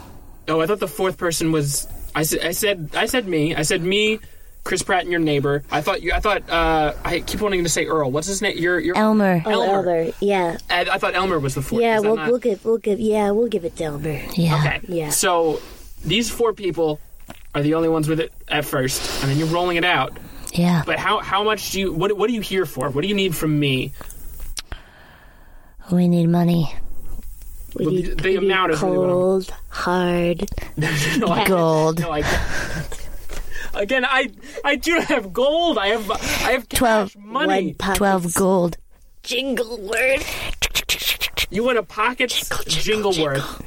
Speaker 2: oh, I thought the fourth person was I said I said I said me I said me. Chris Pratt and your neighbor. I thought you. I thought. Uh, I keep wanting to say Earl. What's his name? Your your
Speaker 3: Elmer.
Speaker 4: Oh,
Speaker 2: Elmer.
Speaker 4: Elmer. Yeah,
Speaker 2: I, I thought Elmer was the fourth.
Speaker 4: yeah.
Speaker 2: Is that
Speaker 4: We'll,
Speaker 2: not-
Speaker 4: we'll give we'll give yeah we'll give it to Elmer.
Speaker 3: Yeah.
Speaker 2: Okay.
Speaker 4: Yeah.
Speaker 2: So these four people are the only ones with it at first, and then you're rolling it out.
Speaker 3: Yeah.
Speaker 2: But how how much do you what what are you here for? What do you need from me?
Speaker 3: We need money.
Speaker 4: We
Speaker 2: Well,
Speaker 4: need,
Speaker 2: the- the
Speaker 4: we need
Speaker 2: amount is really what I'm-
Speaker 4: cold, hard.
Speaker 2: No, I-
Speaker 3: Gold.
Speaker 2: No, I. Again, I I do have gold. I have I have cash,
Speaker 3: Twelve-
Speaker 2: money.
Speaker 4: one pocket.
Speaker 3: Twelve gold.
Speaker 4: jingle word.
Speaker 2: you want a pocket jingle, worth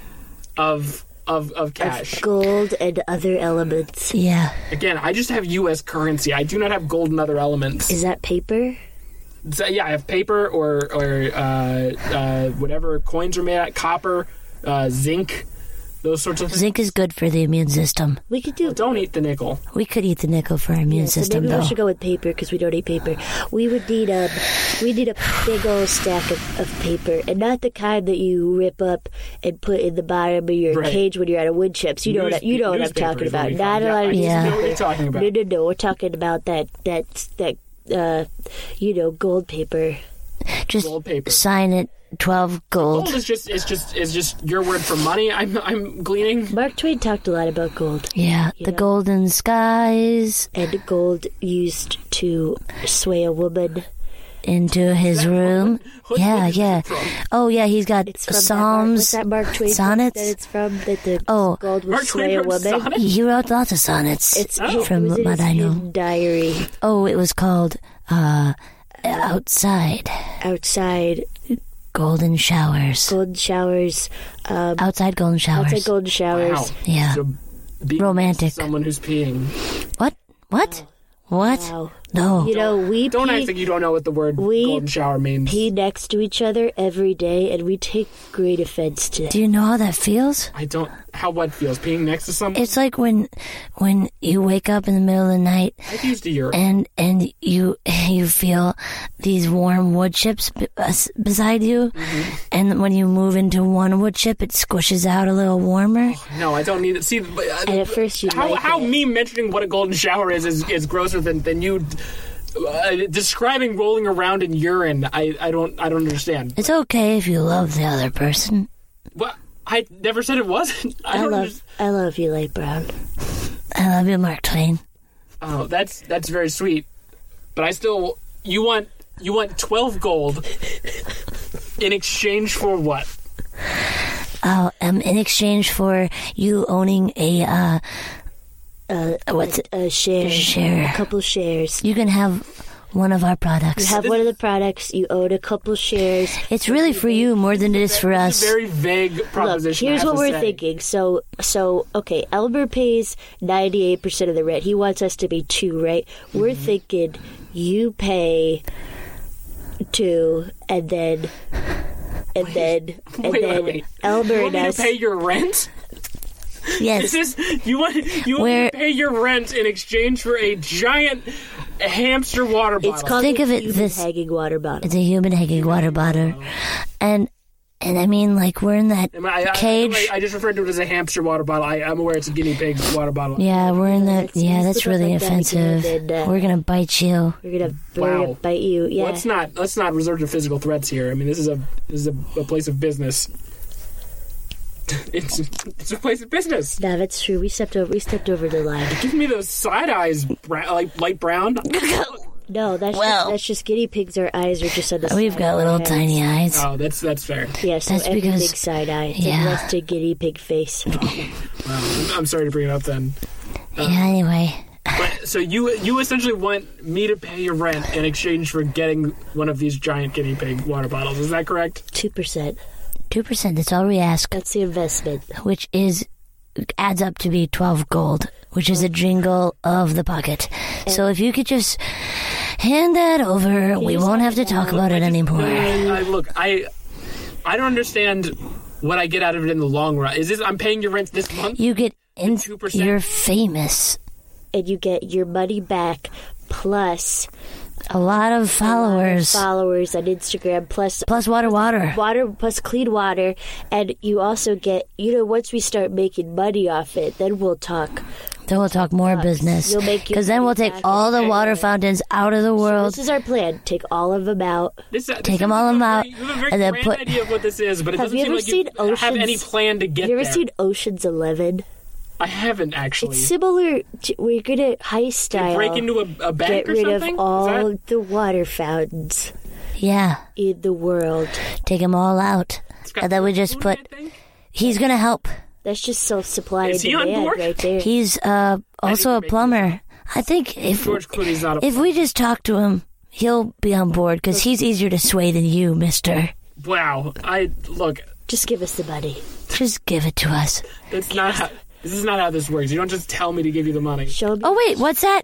Speaker 2: of of of cash.
Speaker 4: Gold and other elements.
Speaker 3: Yeah.
Speaker 2: Again, I just have U.S. currency. I do not have gold and other elements.
Speaker 4: Is that paper?
Speaker 2: So, yeah, I have paper or or uh, uh, whatever coins are made out, copper, uh, zinc, those sorts of things.
Speaker 3: Zinc is good for the immune system.
Speaker 4: We could do.
Speaker 2: Don't eat the nickel.
Speaker 3: We could eat the nickel for our immune
Speaker 4: Yeah, so
Speaker 3: system,
Speaker 4: maybe
Speaker 3: though.
Speaker 4: we should go with paper because we don't eat paper. We would need a, we need a big old stack of, of paper, and not the kind that you rip up and put in the bottom of your
Speaker 2: Right.
Speaker 4: cage when you're out of wood chips. You know what I- you know what I'm talking about. Not a lot of
Speaker 3: Yeah.
Speaker 2: know what you're talking about.
Speaker 4: No, no, no. We're talking about that that that uh, you know, gold paper.
Speaker 3: Just
Speaker 2: Gold paper.
Speaker 3: sign it 12 gold.
Speaker 2: Gold is just is just is just your word for money. I'm I'm gleaning.
Speaker 4: Mark Twain talked a lot about gold
Speaker 3: Yeah, the
Speaker 4: know.
Speaker 3: golden skies
Speaker 4: and gold used to sway a woman.
Speaker 3: into his room.
Speaker 2: What-
Speaker 3: Yeah,
Speaker 2: what is it
Speaker 3: yeah.
Speaker 2: from?
Speaker 3: Oh, yeah, he's got
Speaker 4: It's from
Speaker 3: Psalms.
Speaker 4: That Mark, what's that Mark Twain book
Speaker 3: sonnets?
Speaker 4: That it's from that the
Speaker 3: Oh.
Speaker 4: gold would
Speaker 2: Mark
Speaker 4: sway
Speaker 2: Twain
Speaker 4: a
Speaker 2: wrote
Speaker 4: woman.
Speaker 2: sonnets?
Speaker 3: He wrote lots of sonnets
Speaker 4: It's
Speaker 3: from
Speaker 4: it was in
Speaker 3: what
Speaker 4: his
Speaker 3: I know.
Speaker 4: hidden diary
Speaker 3: Oh, it was called uh, Outside
Speaker 4: outside
Speaker 3: Golden Showers.
Speaker 4: golden showers. Um,
Speaker 3: Outside Golden Showers.
Speaker 4: outside golden showers.
Speaker 2: Wow.
Speaker 3: Yeah.
Speaker 2: So being
Speaker 3: Romantic.
Speaker 2: Someone who's peeing.
Speaker 3: What? What? What?
Speaker 4: Wow.
Speaker 3: No.
Speaker 4: You know, we
Speaker 2: Don't
Speaker 4: pee,
Speaker 2: act like you don't know what the word
Speaker 4: We-
Speaker 2: golden shower means.
Speaker 4: pee next to each other every day, and we take great offense to that.
Speaker 3: Do you know how that feels?
Speaker 2: I don't. How what feels peeing next to someone?
Speaker 3: It's like when when you wake up in the middle of the night
Speaker 2: I've used a year.
Speaker 3: and and you you feel these warm wood chips b- bes- beside you, and when you move into one wood chip, it squishes out a little warmer.
Speaker 2: No, I don't need it. See, but, uh,
Speaker 4: And at first you
Speaker 2: how
Speaker 4: like
Speaker 2: how
Speaker 4: it.
Speaker 2: me mentioning what a golden shower is is, is grosser than than you. Uh, describing rolling around in urine, I, I don't I don't understand.
Speaker 3: It's okay if you love the other person.
Speaker 2: What I never said it wasn't. I,
Speaker 4: I
Speaker 2: don't.
Speaker 4: love
Speaker 2: under-
Speaker 4: I love you, Light Brown.
Speaker 3: I love you, Mark Twain.
Speaker 2: Oh, that's that's very sweet, but I still you want you want twelve gold in exchange for what?
Speaker 3: Oh, um, in exchange for you owning a uh, uh what's it?
Speaker 4: A share,
Speaker 3: Share.
Speaker 4: a couple shares.
Speaker 3: You can have one of our
Speaker 4: You
Speaker 3: products.
Speaker 4: have one of the products. You own a couple shares.
Speaker 3: It's really for you more than it is for
Speaker 2: It's
Speaker 3: us.
Speaker 2: a very vague
Speaker 4: Look,
Speaker 2: proposition. I
Speaker 4: here's
Speaker 2: have
Speaker 4: what
Speaker 2: to say.
Speaker 4: we're thinking. So, so okay, Elmer pays ninety eight percent of the rent. He wants us to be two, right? We're
Speaker 3: Mm-hmm.
Speaker 4: thinking you pay two, and then, and then, and
Speaker 2: wait,
Speaker 4: then
Speaker 2: wait.
Speaker 4: Elmer
Speaker 2: You want
Speaker 4: and
Speaker 2: me to
Speaker 4: us.
Speaker 2: pay your rent? Is
Speaker 3: Yes,
Speaker 2: this you want you want me
Speaker 3: Where-
Speaker 2: to pay your rent in exchange for a giant hamster water bottle?
Speaker 4: it's called
Speaker 3: Think
Speaker 4: a
Speaker 3: of it
Speaker 4: human
Speaker 3: this-
Speaker 4: hanging water bottle.
Speaker 3: it's a human hanging water bottle, and and I mean like we're in that
Speaker 2: Am I, I,
Speaker 3: cage.
Speaker 2: I, I just referred to it as a hamster water bottle. I, I'm aware it's a guinea pig water bottle.
Speaker 3: Yeah, we're in that.
Speaker 4: that's-
Speaker 3: Yeah,
Speaker 4: you
Speaker 3: that's
Speaker 4: still got
Speaker 3: really
Speaker 4: like that again,
Speaker 3: offensive.
Speaker 4: and, uh,
Speaker 3: We're gonna bite you.
Speaker 4: We're gonna, we're gonna
Speaker 2: Wow.
Speaker 4: bite you. Yeah,
Speaker 2: Let's not let's not resort to physical threats here. I mean, this is a this is a, a place of business. It's it's a place of business.
Speaker 4: nah, that's true. We stepped over. We stepped over the line.
Speaker 2: Give me those side eyes, bra- like light brown.
Speaker 4: No, that's
Speaker 3: Well-
Speaker 4: just, that's just guinea pigs. Our eyes are just on the.
Speaker 3: We've
Speaker 4: side
Speaker 3: got
Speaker 4: of
Speaker 3: little
Speaker 4: our heads.
Speaker 3: tiny eyes.
Speaker 2: Oh, that's that's fair.
Speaker 4: Yeah, so
Speaker 3: That's
Speaker 4: everything
Speaker 3: because-
Speaker 4: side eye. It's
Speaker 3: yeah.
Speaker 4: a rusted guinea pig face.
Speaker 2: Well, I'm sorry to bring it up then.
Speaker 4: Uh-huh.
Speaker 3: Yeah. Anyway,
Speaker 2: But so you you essentially want me to pay your rent in exchange for getting one of these giant guinea pig water bottles. Is that correct?
Speaker 4: Two percent.
Speaker 3: two percent. That's all we ask,
Speaker 4: That's the investment.
Speaker 3: which is adds up to be twelve gold, which is a jingle of the pocket. So if you could just hand that over, we won't have to talk about it anymore.
Speaker 2: I, look, I I don't understand what I get out of it in the long run. Is this I'm paying your rent this month?
Speaker 3: You get in.
Speaker 2: 2%?
Speaker 3: You're famous.
Speaker 4: And you get your money back plus
Speaker 3: A lot of followers.
Speaker 4: followers on Instagram plus
Speaker 3: Plus water, water.
Speaker 4: water plus clean water and you also get you know, once we start making money off it, then we'll talk.
Speaker 3: Then we'll talk more business.
Speaker 4: You'll make your
Speaker 3: Because then we'll
Speaker 4: money
Speaker 3: take
Speaker 4: back.
Speaker 3: all the water fountains out of the world.
Speaker 4: This is our plan. Take all of them out.
Speaker 2: This, take
Speaker 3: them all out
Speaker 2: You have a very
Speaker 3: and then
Speaker 2: grand
Speaker 3: put-
Speaker 2: idea of what this is, but it
Speaker 4: Have
Speaker 2: doesn't
Speaker 4: you
Speaker 2: seem
Speaker 4: ever
Speaker 2: like
Speaker 4: seen
Speaker 2: you have any
Speaker 4: Ocean's-
Speaker 2: plan to get
Speaker 4: Have you ever
Speaker 2: there.
Speaker 4: seen Ocean's Eleven?
Speaker 2: I haven't actually.
Speaker 4: It's similar to we're gonna heist
Speaker 2: They
Speaker 4: style.
Speaker 2: break into a, a bank
Speaker 4: get
Speaker 2: or
Speaker 4: rid
Speaker 2: something.
Speaker 4: of all
Speaker 2: Is that,
Speaker 4: the water fountains
Speaker 3: Yeah,
Speaker 4: in the world.
Speaker 3: take them all out.
Speaker 2: it's got
Speaker 3: And then we just
Speaker 2: food in
Speaker 3: put.
Speaker 2: it, I think?
Speaker 3: He's gonna help.
Speaker 4: That's just self supply and
Speaker 2: Is he on
Speaker 4: demand
Speaker 2: board?
Speaker 4: right there.
Speaker 3: He's uh, also
Speaker 2: we're
Speaker 3: a
Speaker 2: making
Speaker 3: plumber. I think if
Speaker 2: George Clooney's not a.
Speaker 3: if we just talk to him, he'll be on board because he's easier to sway than you, Mister.
Speaker 2: wow, I look.
Speaker 4: just give us the money.
Speaker 3: Just give it to us.
Speaker 2: That's not how. This is not how this works. You don't just tell me to give you the money.
Speaker 4: Show me
Speaker 3: Oh wait, what's that?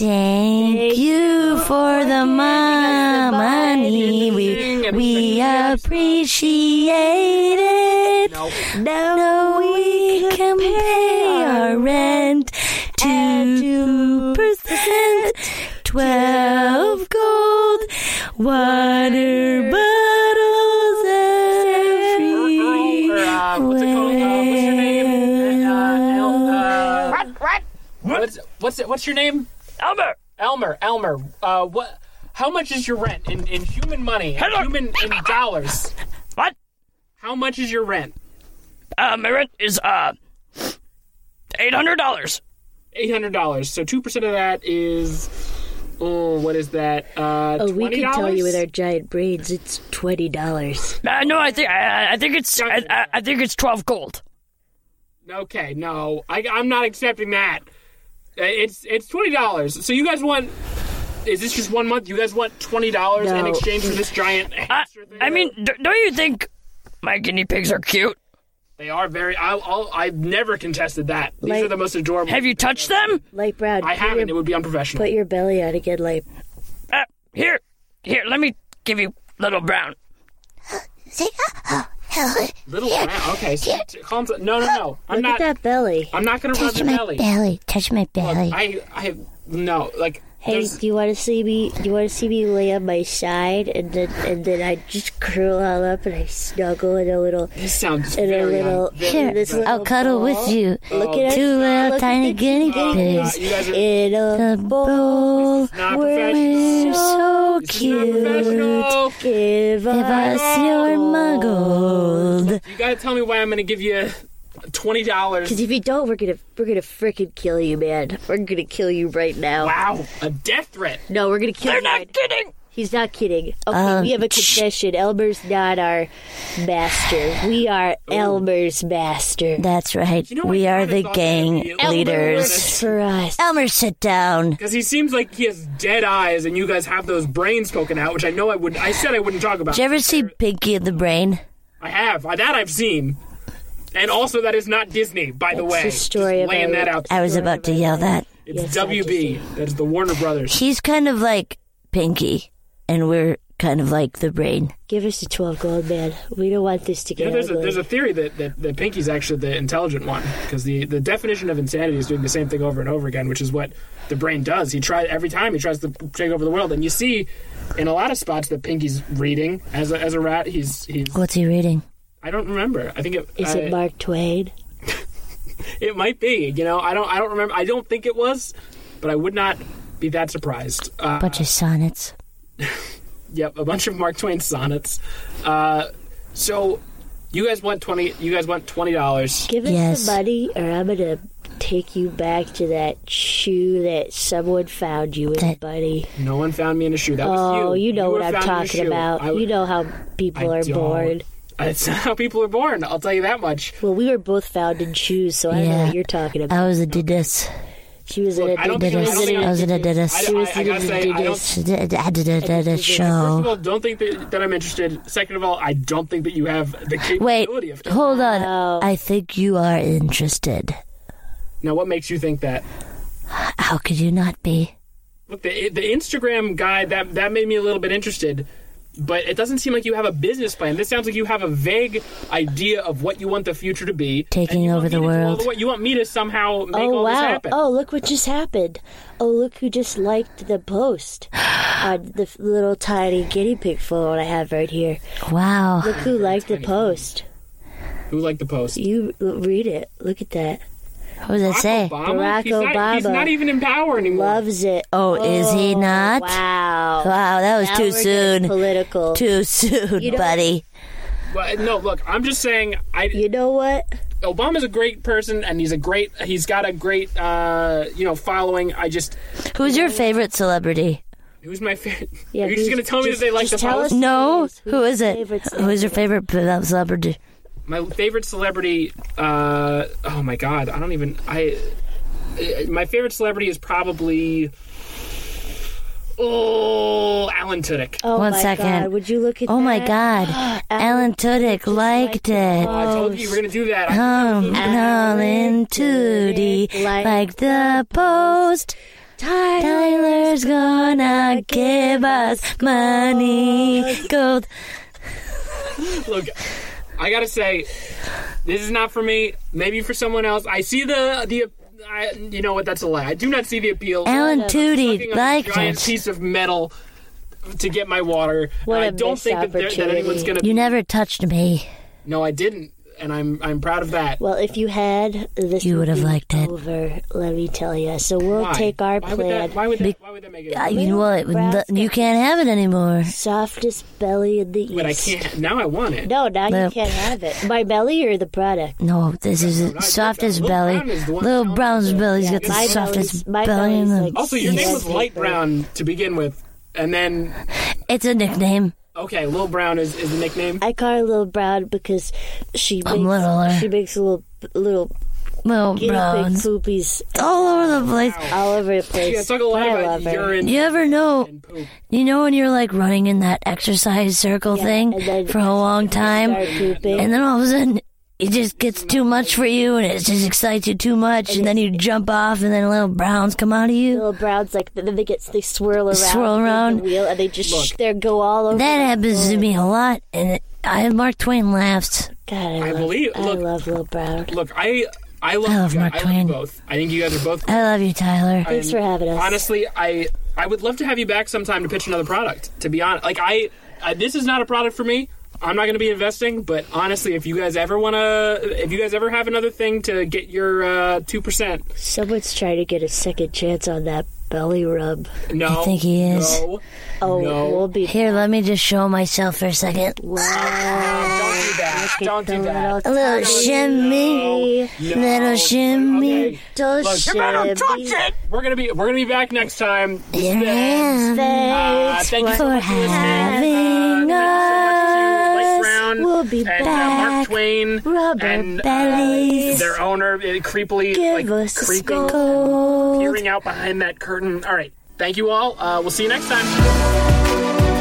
Speaker 3: Thank you for the mo- money. We we appreciate it.
Speaker 2: No.
Speaker 3: No, we
Speaker 7: what's it called? Uh, what's your name? Uh, El, uh,
Speaker 1: What? What?
Speaker 2: What's what's it, what's your name?
Speaker 1: Elmer!
Speaker 2: Elmer. Elmer. Uh, what? How much is your rent in, in human money?
Speaker 1: Hello.
Speaker 2: Human in dollars.
Speaker 1: What?
Speaker 2: How much is your rent?
Speaker 1: Uh, my rent is, uh, $800.
Speaker 2: Eight hundred dollars. So two percent of that is. Oh, what is that? Uh,
Speaker 4: Oh, we
Speaker 2: $20?
Speaker 4: can tell you with our giant brains, it's twenty dollars.
Speaker 1: Uh, no, I think, I, I think it's, I, I, I think it's 12 gold.
Speaker 2: Okay, no, I, I'm not accepting that. Uh, It's it's twenty dollars. So you guys want? Is this just one month? You guys want twenty dollars in
Speaker 4: No.
Speaker 2: exchange for this giant?
Speaker 1: I,
Speaker 2: hamster thing?
Speaker 1: I mean, d- don't you think my guinea pigs are cute?
Speaker 2: they are very. I, I'll, I've never contested that. These
Speaker 4: Like-
Speaker 2: are the most adorable.
Speaker 1: Have you touched them?
Speaker 4: Light Brad,
Speaker 2: I
Speaker 4: put
Speaker 2: haven't. It
Speaker 4: Your,
Speaker 2: would be unprofessional.
Speaker 4: put your belly out again, Light.
Speaker 1: Uh, here, here, let me give you little brown.
Speaker 8: See? Oh, hell.
Speaker 2: Little brown. Okay, so calm. down. No, no, no. I'm
Speaker 4: Look
Speaker 2: not.
Speaker 4: at that belly.
Speaker 2: I'm not gonna rub
Speaker 8: Touch
Speaker 2: your
Speaker 8: my
Speaker 2: belly.
Speaker 8: belly. Touch my belly.
Speaker 2: I, I, no. Like,
Speaker 4: Hey,
Speaker 2: there's-
Speaker 4: do you want to see me? Do you want to see me lay on my side and then and then I just curl all up and I snuggle in a little.
Speaker 2: this sounds
Speaker 4: And a
Speaker 2: very. un-
Speaker 4: little-
Speaker 2: very
Speaker 4: Here,
Speaker 2: un-
Speaker 4: this little-
Speaker 3: I'll cuddle with you.
Speaker 4: Look at
Speaker 3: Two little
Speaker 4: look at
Speaker 3: tiny
Speaker 4: the
Speaker 3: guinea
Speaker 2: Oh, God,
Speaker 3: pigs.
Speaker 2: you guys are
Speaker 4: in a
Speaker 3: The bowl.
Speaker 2: not
Speaker 3: We're
Speaker 2: professional.
Speaker 3: so
Speaker 2: This is not
Speaker 3: cute.
Speaker 2: professional.
Speaker 4: give
Speaker 3: Give
Speaker 4: us.
Speaker 3: us your muggled.
Speaker 2: You gotta tell me why I'm gonna give you twenty dollars.
Speaker 4: Because if you don't, we're gonna we're gonna frickin' kill you, man. We're gonna kill you right now.
Speaker 2: Wow, a death threat.
Speaker 4: No, we're gonna kill
Speaker 1: They're
Speaker 4: you.
Speaker 1: not
Speaker 4: right-
Speaker 1: kidding.
Speaker 4: He's not kidding. Okay,
Speaker 3: Um,
Speaker 4: we have a confession. Elmer's not our master. We are Elmer's master.
Speaker 3: That's right.
Speaker 2: You know,
Speaker 3: we
Speaker 2: I
Speaker 3: are
Speaker 2: kinda
Speaker 3: the
Speaker 2: thought
Speaker 3: gang
Speaker 2: that'd be a little
Speaker 4: Elmer
Speaker 3: leaders.
Speaker 4: works for us.
Speaker 3: Elmer, sit down.
Speaker 2: Because he seems like he has dead eyes, and you guys have those brains poking out, which I know I would. I said I wouldn't talk about.
Speaker 3: Did you ever see Pinky and the Brain?
Speaker 2: I have Uh, that I've seen, and also that is not Disney, by the way.
Speaker 4: the story
Speaker 2: Just
Speaker 4: of
Speaker 2: laying
Speaker 4: our-
Speaker 2: that out.
Speaker 3: I was about to yell that.
Speaker 2: It's
Speaker 4: Yes, I
Speaker 2: WB. That's the Warner Brothers.
Speaker 3: He's kind of like Pinky, and we're kind of like the brain.
Speaker 4: Give us the twelve gold, man. We don't want this to
Speaker 2: You
Speaker 4: get
Speaker 2: know, there's a,
Speaker 4: ugly.
Speaker 2: there's a theory that, that, that Pinky's actually the intelligent one because the, the definition of insanity is doing the same thing over and over again, which is what the brain does. He tries every time he tries to take over the world, and you see in a lot of spots that Pinky's reading as a, as a rat. He's he's
Speaker 3: What's he reading?
Speaker 2: I don't remember. I think it
Speaker 4: Is
Speaker 2: I-
Speaker 4: it Mark Twain?
Speaker 2: it might be. You know, I don't I don't remember. I don't think it was, but I would not be that surprised. Uh,
Speaker 3: Bunch of sonnets.
Speaker 2: Yep, a bunch of Mark Twain sonnets. Uh, so you guys want twenty? You guys want twenty dollars?
Speaker 4: Give us
Speaker 3: Yes.
Speaker 4: the money, or I'm gonna take you back to that shoe that someone found you in,
Speaker 3: That-
Speaker 4: buddy.
Speaker 2: No one found me in a shoe. That was
Speaker 4: Oh,
Speaker 2: you.
Speaker 4: you know
Speaker 2: were
Speaker 4: what I'm
Speaker 2: found in a
Speaker 4: talking
Speaker 2: shoe.
Speaker 4: about.
Speaker 2: I-
Speaker 4: you know how people
Speaker 2: I
Speaker 4: are
Speaker 2: don't.
Speaker 4: born.
Speaker 2: That's how people are born. I'll tell you that much.
Speaker 4: Well, we were both found in shoes, so I don't know
Speaker 3: Yeah.
Speaker 4: what you're talking about.
Speaker 3: I was a didus.
Speaker 4: she was in
Speaker 2: Look,
Speaker 4: a
Speaker 2: I don't think
Speaker 4: she
Speaker 2: I- I
Speaker 4: was
Speaker 2: don't
Speaker 4: in
Speaker 2: think
Speaker 4: a-
Speaker 3: I was in a didus.
Speaker 2: I, I, I gotta say, I don't. First
Speaker 3: I did- I did a- did a
Speaker 2: of
Speaker 4: Oh.
Speaker 3: show.
Speaker 2: all, don't think that, that I'm interested. Second of all, I don't think that you have the
Speaker 3: Wait,
Speaker 2: capability of.
Speaker 3: hold
Speaker 4: Wow.
Speaker 3: on. I think you are interested.
Speaker 2: Now, what makes you think that?
Speaker 3: How could you not be?
Speaker 2: Look, the the Instagram guy that that made me a little bit interested, but it doesn't seem like you have a business plan. This sounds like you have a vague idea of what you want the future to be.
Speaker 3: Taking
Speaker 2: and you want
Speaker 3: over
Speaker 2: me
Speaker 3: the
Speaker 2: to do all
Speaker 3: world.
Speaker 2: the work- you want me to somehow make
Speaker 4: oh
Speaker 2: all this
Speaker 4: wow!
Speaker 2: happen?
Speaker 4: Oh look what just happened! Oh look who just liked the post on the f- little tiny guinea pig phone I have right here.
Speaker 3: Wow.
Speaker 4: Look who liked the post.
Speaker 2: Who liked the post?
Speaker 4: You l- read it. Look at that.
Speaker 3: What does it say?
Speaker 2: Obama?
Speaker 4: Barack
Speaker 2: he's Not, he's
Speaker 4: Obama.
Speaker 2: not even in power anymore.
Speaker 4: Loves it.
Speaker 3: Oh, is he not?
Speaker 4: Wow.
Speaker 3: Wow, that was
Speaker 4: Now
Speaker 3: too
Speaker 4: we're getting
Speaker 3: soon.
Speaker 4: Political.
Speaker 3: Too soon,
Speaker 4: don't-
Speaker 3: buddy.
Speaker 2: But, no, look, I'm just saying. I
Speaker 4: you know what?
Speaker 2: Obama's a great person, and he's a great. He's got a great, uh, you know, following. I just
Speaker 3: Who's your favorite celebrity?
Speaker 2: who's my favorite?
Speaker 4: Yeah,
Speaker 2: Are you just
Speaker 4: who's-
Speaker 2: gonna tell me
Speaker 4: just-
Speaker 2: that they like the
Speaker 4: just tell
Speaker 2: post?
Speaker 4: us-
Speaker 3: No,
Speaker 4: Who's-
Speaker 3: who
Speaker 4: who's
Speaker 3: is it?
Speaker 4: favorite
Speaker 3: Who's your favorite celebrity?
Speaker 2: My favorite celebrity. Uh, oh my god, I don't even. I. uh, My favorite celebrity is probably. Oh, Alan Tudyk.
Speaker 4: Oh
Speaker 3: One
Speaker 4: my
Speaker 3: second.
Speaker 4: God. Would you look at?
Speaker 3: Oh my
Speaker 4: that?
Speaker 3: God, Alan Tudyk liked it.
Speaker 2: I
Speaker 4: Oh,
Speaker 2: told you you were gonna do that. I-
Speaker 3: Come crawling to the like the post. Tyler's gonna give us money, gold.
Speaker 2: Look, I gotta say, this is not for me. Maybe for someone else. I see the the. I, you know what? That's a lie. I do not see the appeal.
Speaker 3: Alan
Speaker 2: sucking
Speaker 3: Tudyk
Speaker 2: on a
Speaker 3: liked
Speaker 2: giant
Speaker 3: it.
Speaker 2: piece of metal to get my water.
Speaker 4: What
Speaker 2: and I
Speaker 4: a
Speaker 2: don't
Speaker 4: missed
Speaker 2: think that, there- that
Speaker 4: opportunity.
Speaker 2: anyone's gonna.
Speaker 3: You never touched me.
Speaker 2: No, I didn't. and I'm I'm proud of that.
Speaker 4: Well, if you had this,
Speaker 3: You would have
Speaker 4: be
Speaker 3: liked it.
Speaker 4: Over, let me tell you. So we'll
Speaker 2: Why?
Speaker 4: take our
Speaker 2: why
Speaker 4: plan.
Speaker 2: Would that, why would that? Why would that make it?
Speaker 3: I mean, well, it, the, you can't have it anymore.
Speaker 4: Softest belly in the
Speaker 2: but I
Speaker 4: east.
Speaker 2: can't. Now I want it.
Speaker 4: No, now
Speaker 3: No.
Speaker 4: you can't have it. My belly or the product?
Speaker 3: No, this is the
Speaker 2: I-
Speaker 3: softest
Speaker 2: Little
Speaker 3: belly.
Speaker 2: Brown is the one
Speaker 3: Little
Speaker 2: that-
Speaker 3: Brown's belly's got the
Speaker 4: my
Speaker 3: softest
Speaker 4: belly's- my
Speaker 3: belly in
Speaker 4: belly's
Speaker 3: the.
Speaker 4: like-
Speaker 2: Also, your name
Speaker 4: Yes.
Speaker 2: was Light Brown to begin with, and then
Speaker 3: It's a nickname.
Speaker 2: okay, Lil Brown is, is the nickname.
Speaker 4: I call her Little Brown because she makes,
Speaker 3: I'm littler.
Speaker 4: she makes little little
Speaker 3: Little
Speaker 4: guinea pig
Speaker 3: Brown's Oh.
Speaker 4: poopies
Speaker 3: all over the place.
Speaker 4: all over the place.
Speaker 2: Yeah, talk a lot
Speaker 4: But I
Speaker 2: about
Speaker 4: love her.
Speaker 2: urine
Speaker 3: You ever know?
Speaker 2: and poop.
Speaker 3: You know when you're like running in that exercise circle thing
Speaker 4: and then-
Speaker 3: for a long time,
Speaker 4: Start pooping.
Speaker 3: and then all of a sudden it just gets too much for you, and it just excites you too much, and then you jump off, and then little browns come out of you.
Speaker 4: little browns like then they get they swirl around,
Speaker 3: Swirl around.
Speaker 4: the wheel, and they just sh- they go all over.
Speaker 3: That happens to me a lot, and it, I Mark Twain laughs.
Speaker 4: God, I, love,
Speaker 2: believe-
Speaker 4: I
Speaker 2: look-
Speaker 4: love little brown.
Speaker 2: Look, I I love,
Speaker 3: I love
Speaker 2: you guys.
Speaker 3: Mark Twain.
Speaker 2: both. I think you guys are both.
Speaker 3: I love you, Tyler.
Speaker 4: Thanks for having us.
Speaker 2: Honestly, I I would love to have you back sometime to pitch another product. To be honest, like I, I this is not a product for me. I'm not going to be investing, but honestly, if you guys ever want to, if you guys ever have another thing to get your uh, two percent,
Speaker 4: Someone's trying to get a second chance on that belly rub.
Speaker 2: no,
Speaker 3: I think he is.
Speaker 2: No,
Speaker 4: Oh,
Speaker 2: No.
Speaker 4: we'll be
Speaker 3: Here, let me just show myself for a second.
Speaker 4: wow.
Speaker 2: don't do that. Don't do that.
Speaker 3: A little shimmy,
Speaker 2: No.
Speaker 3: little shimmy.
Speaker 2: Okay.
Speaker 4: Don't
Speaker 2: Look, you better
Speaker 4: touch
Speaker 2: We're gonna be we're gonna be back next time. This
Speaker 3: Here
Speaker 2: is
Speaker 3: I am
Speaker 2: Uh, thank you so
Speaker 3: for
Speaker 2: much for listening.
Speaker 3: having
Speaker 2: Thank you so much to Blake
Speaker 3: us.
Speaker 2: Brown
Speaker 4: We'll be
Speaker 2: and uh, Mark
Speaker 3: back.
Speaker 2: Twain
Speaker 4: Rubber
Speaker 2: and uh,
Speaker 3: bellies.
Speaker 2: their owner, uh, creepily
Speaker 4: Give
Speaker 2: like
Speaker 4: us a
Speaker 2: creeping,
Speaker 3: Gold.
Speaker 2: peering out behind that curtain. All right, thank you all. Uh, we'll see you next time.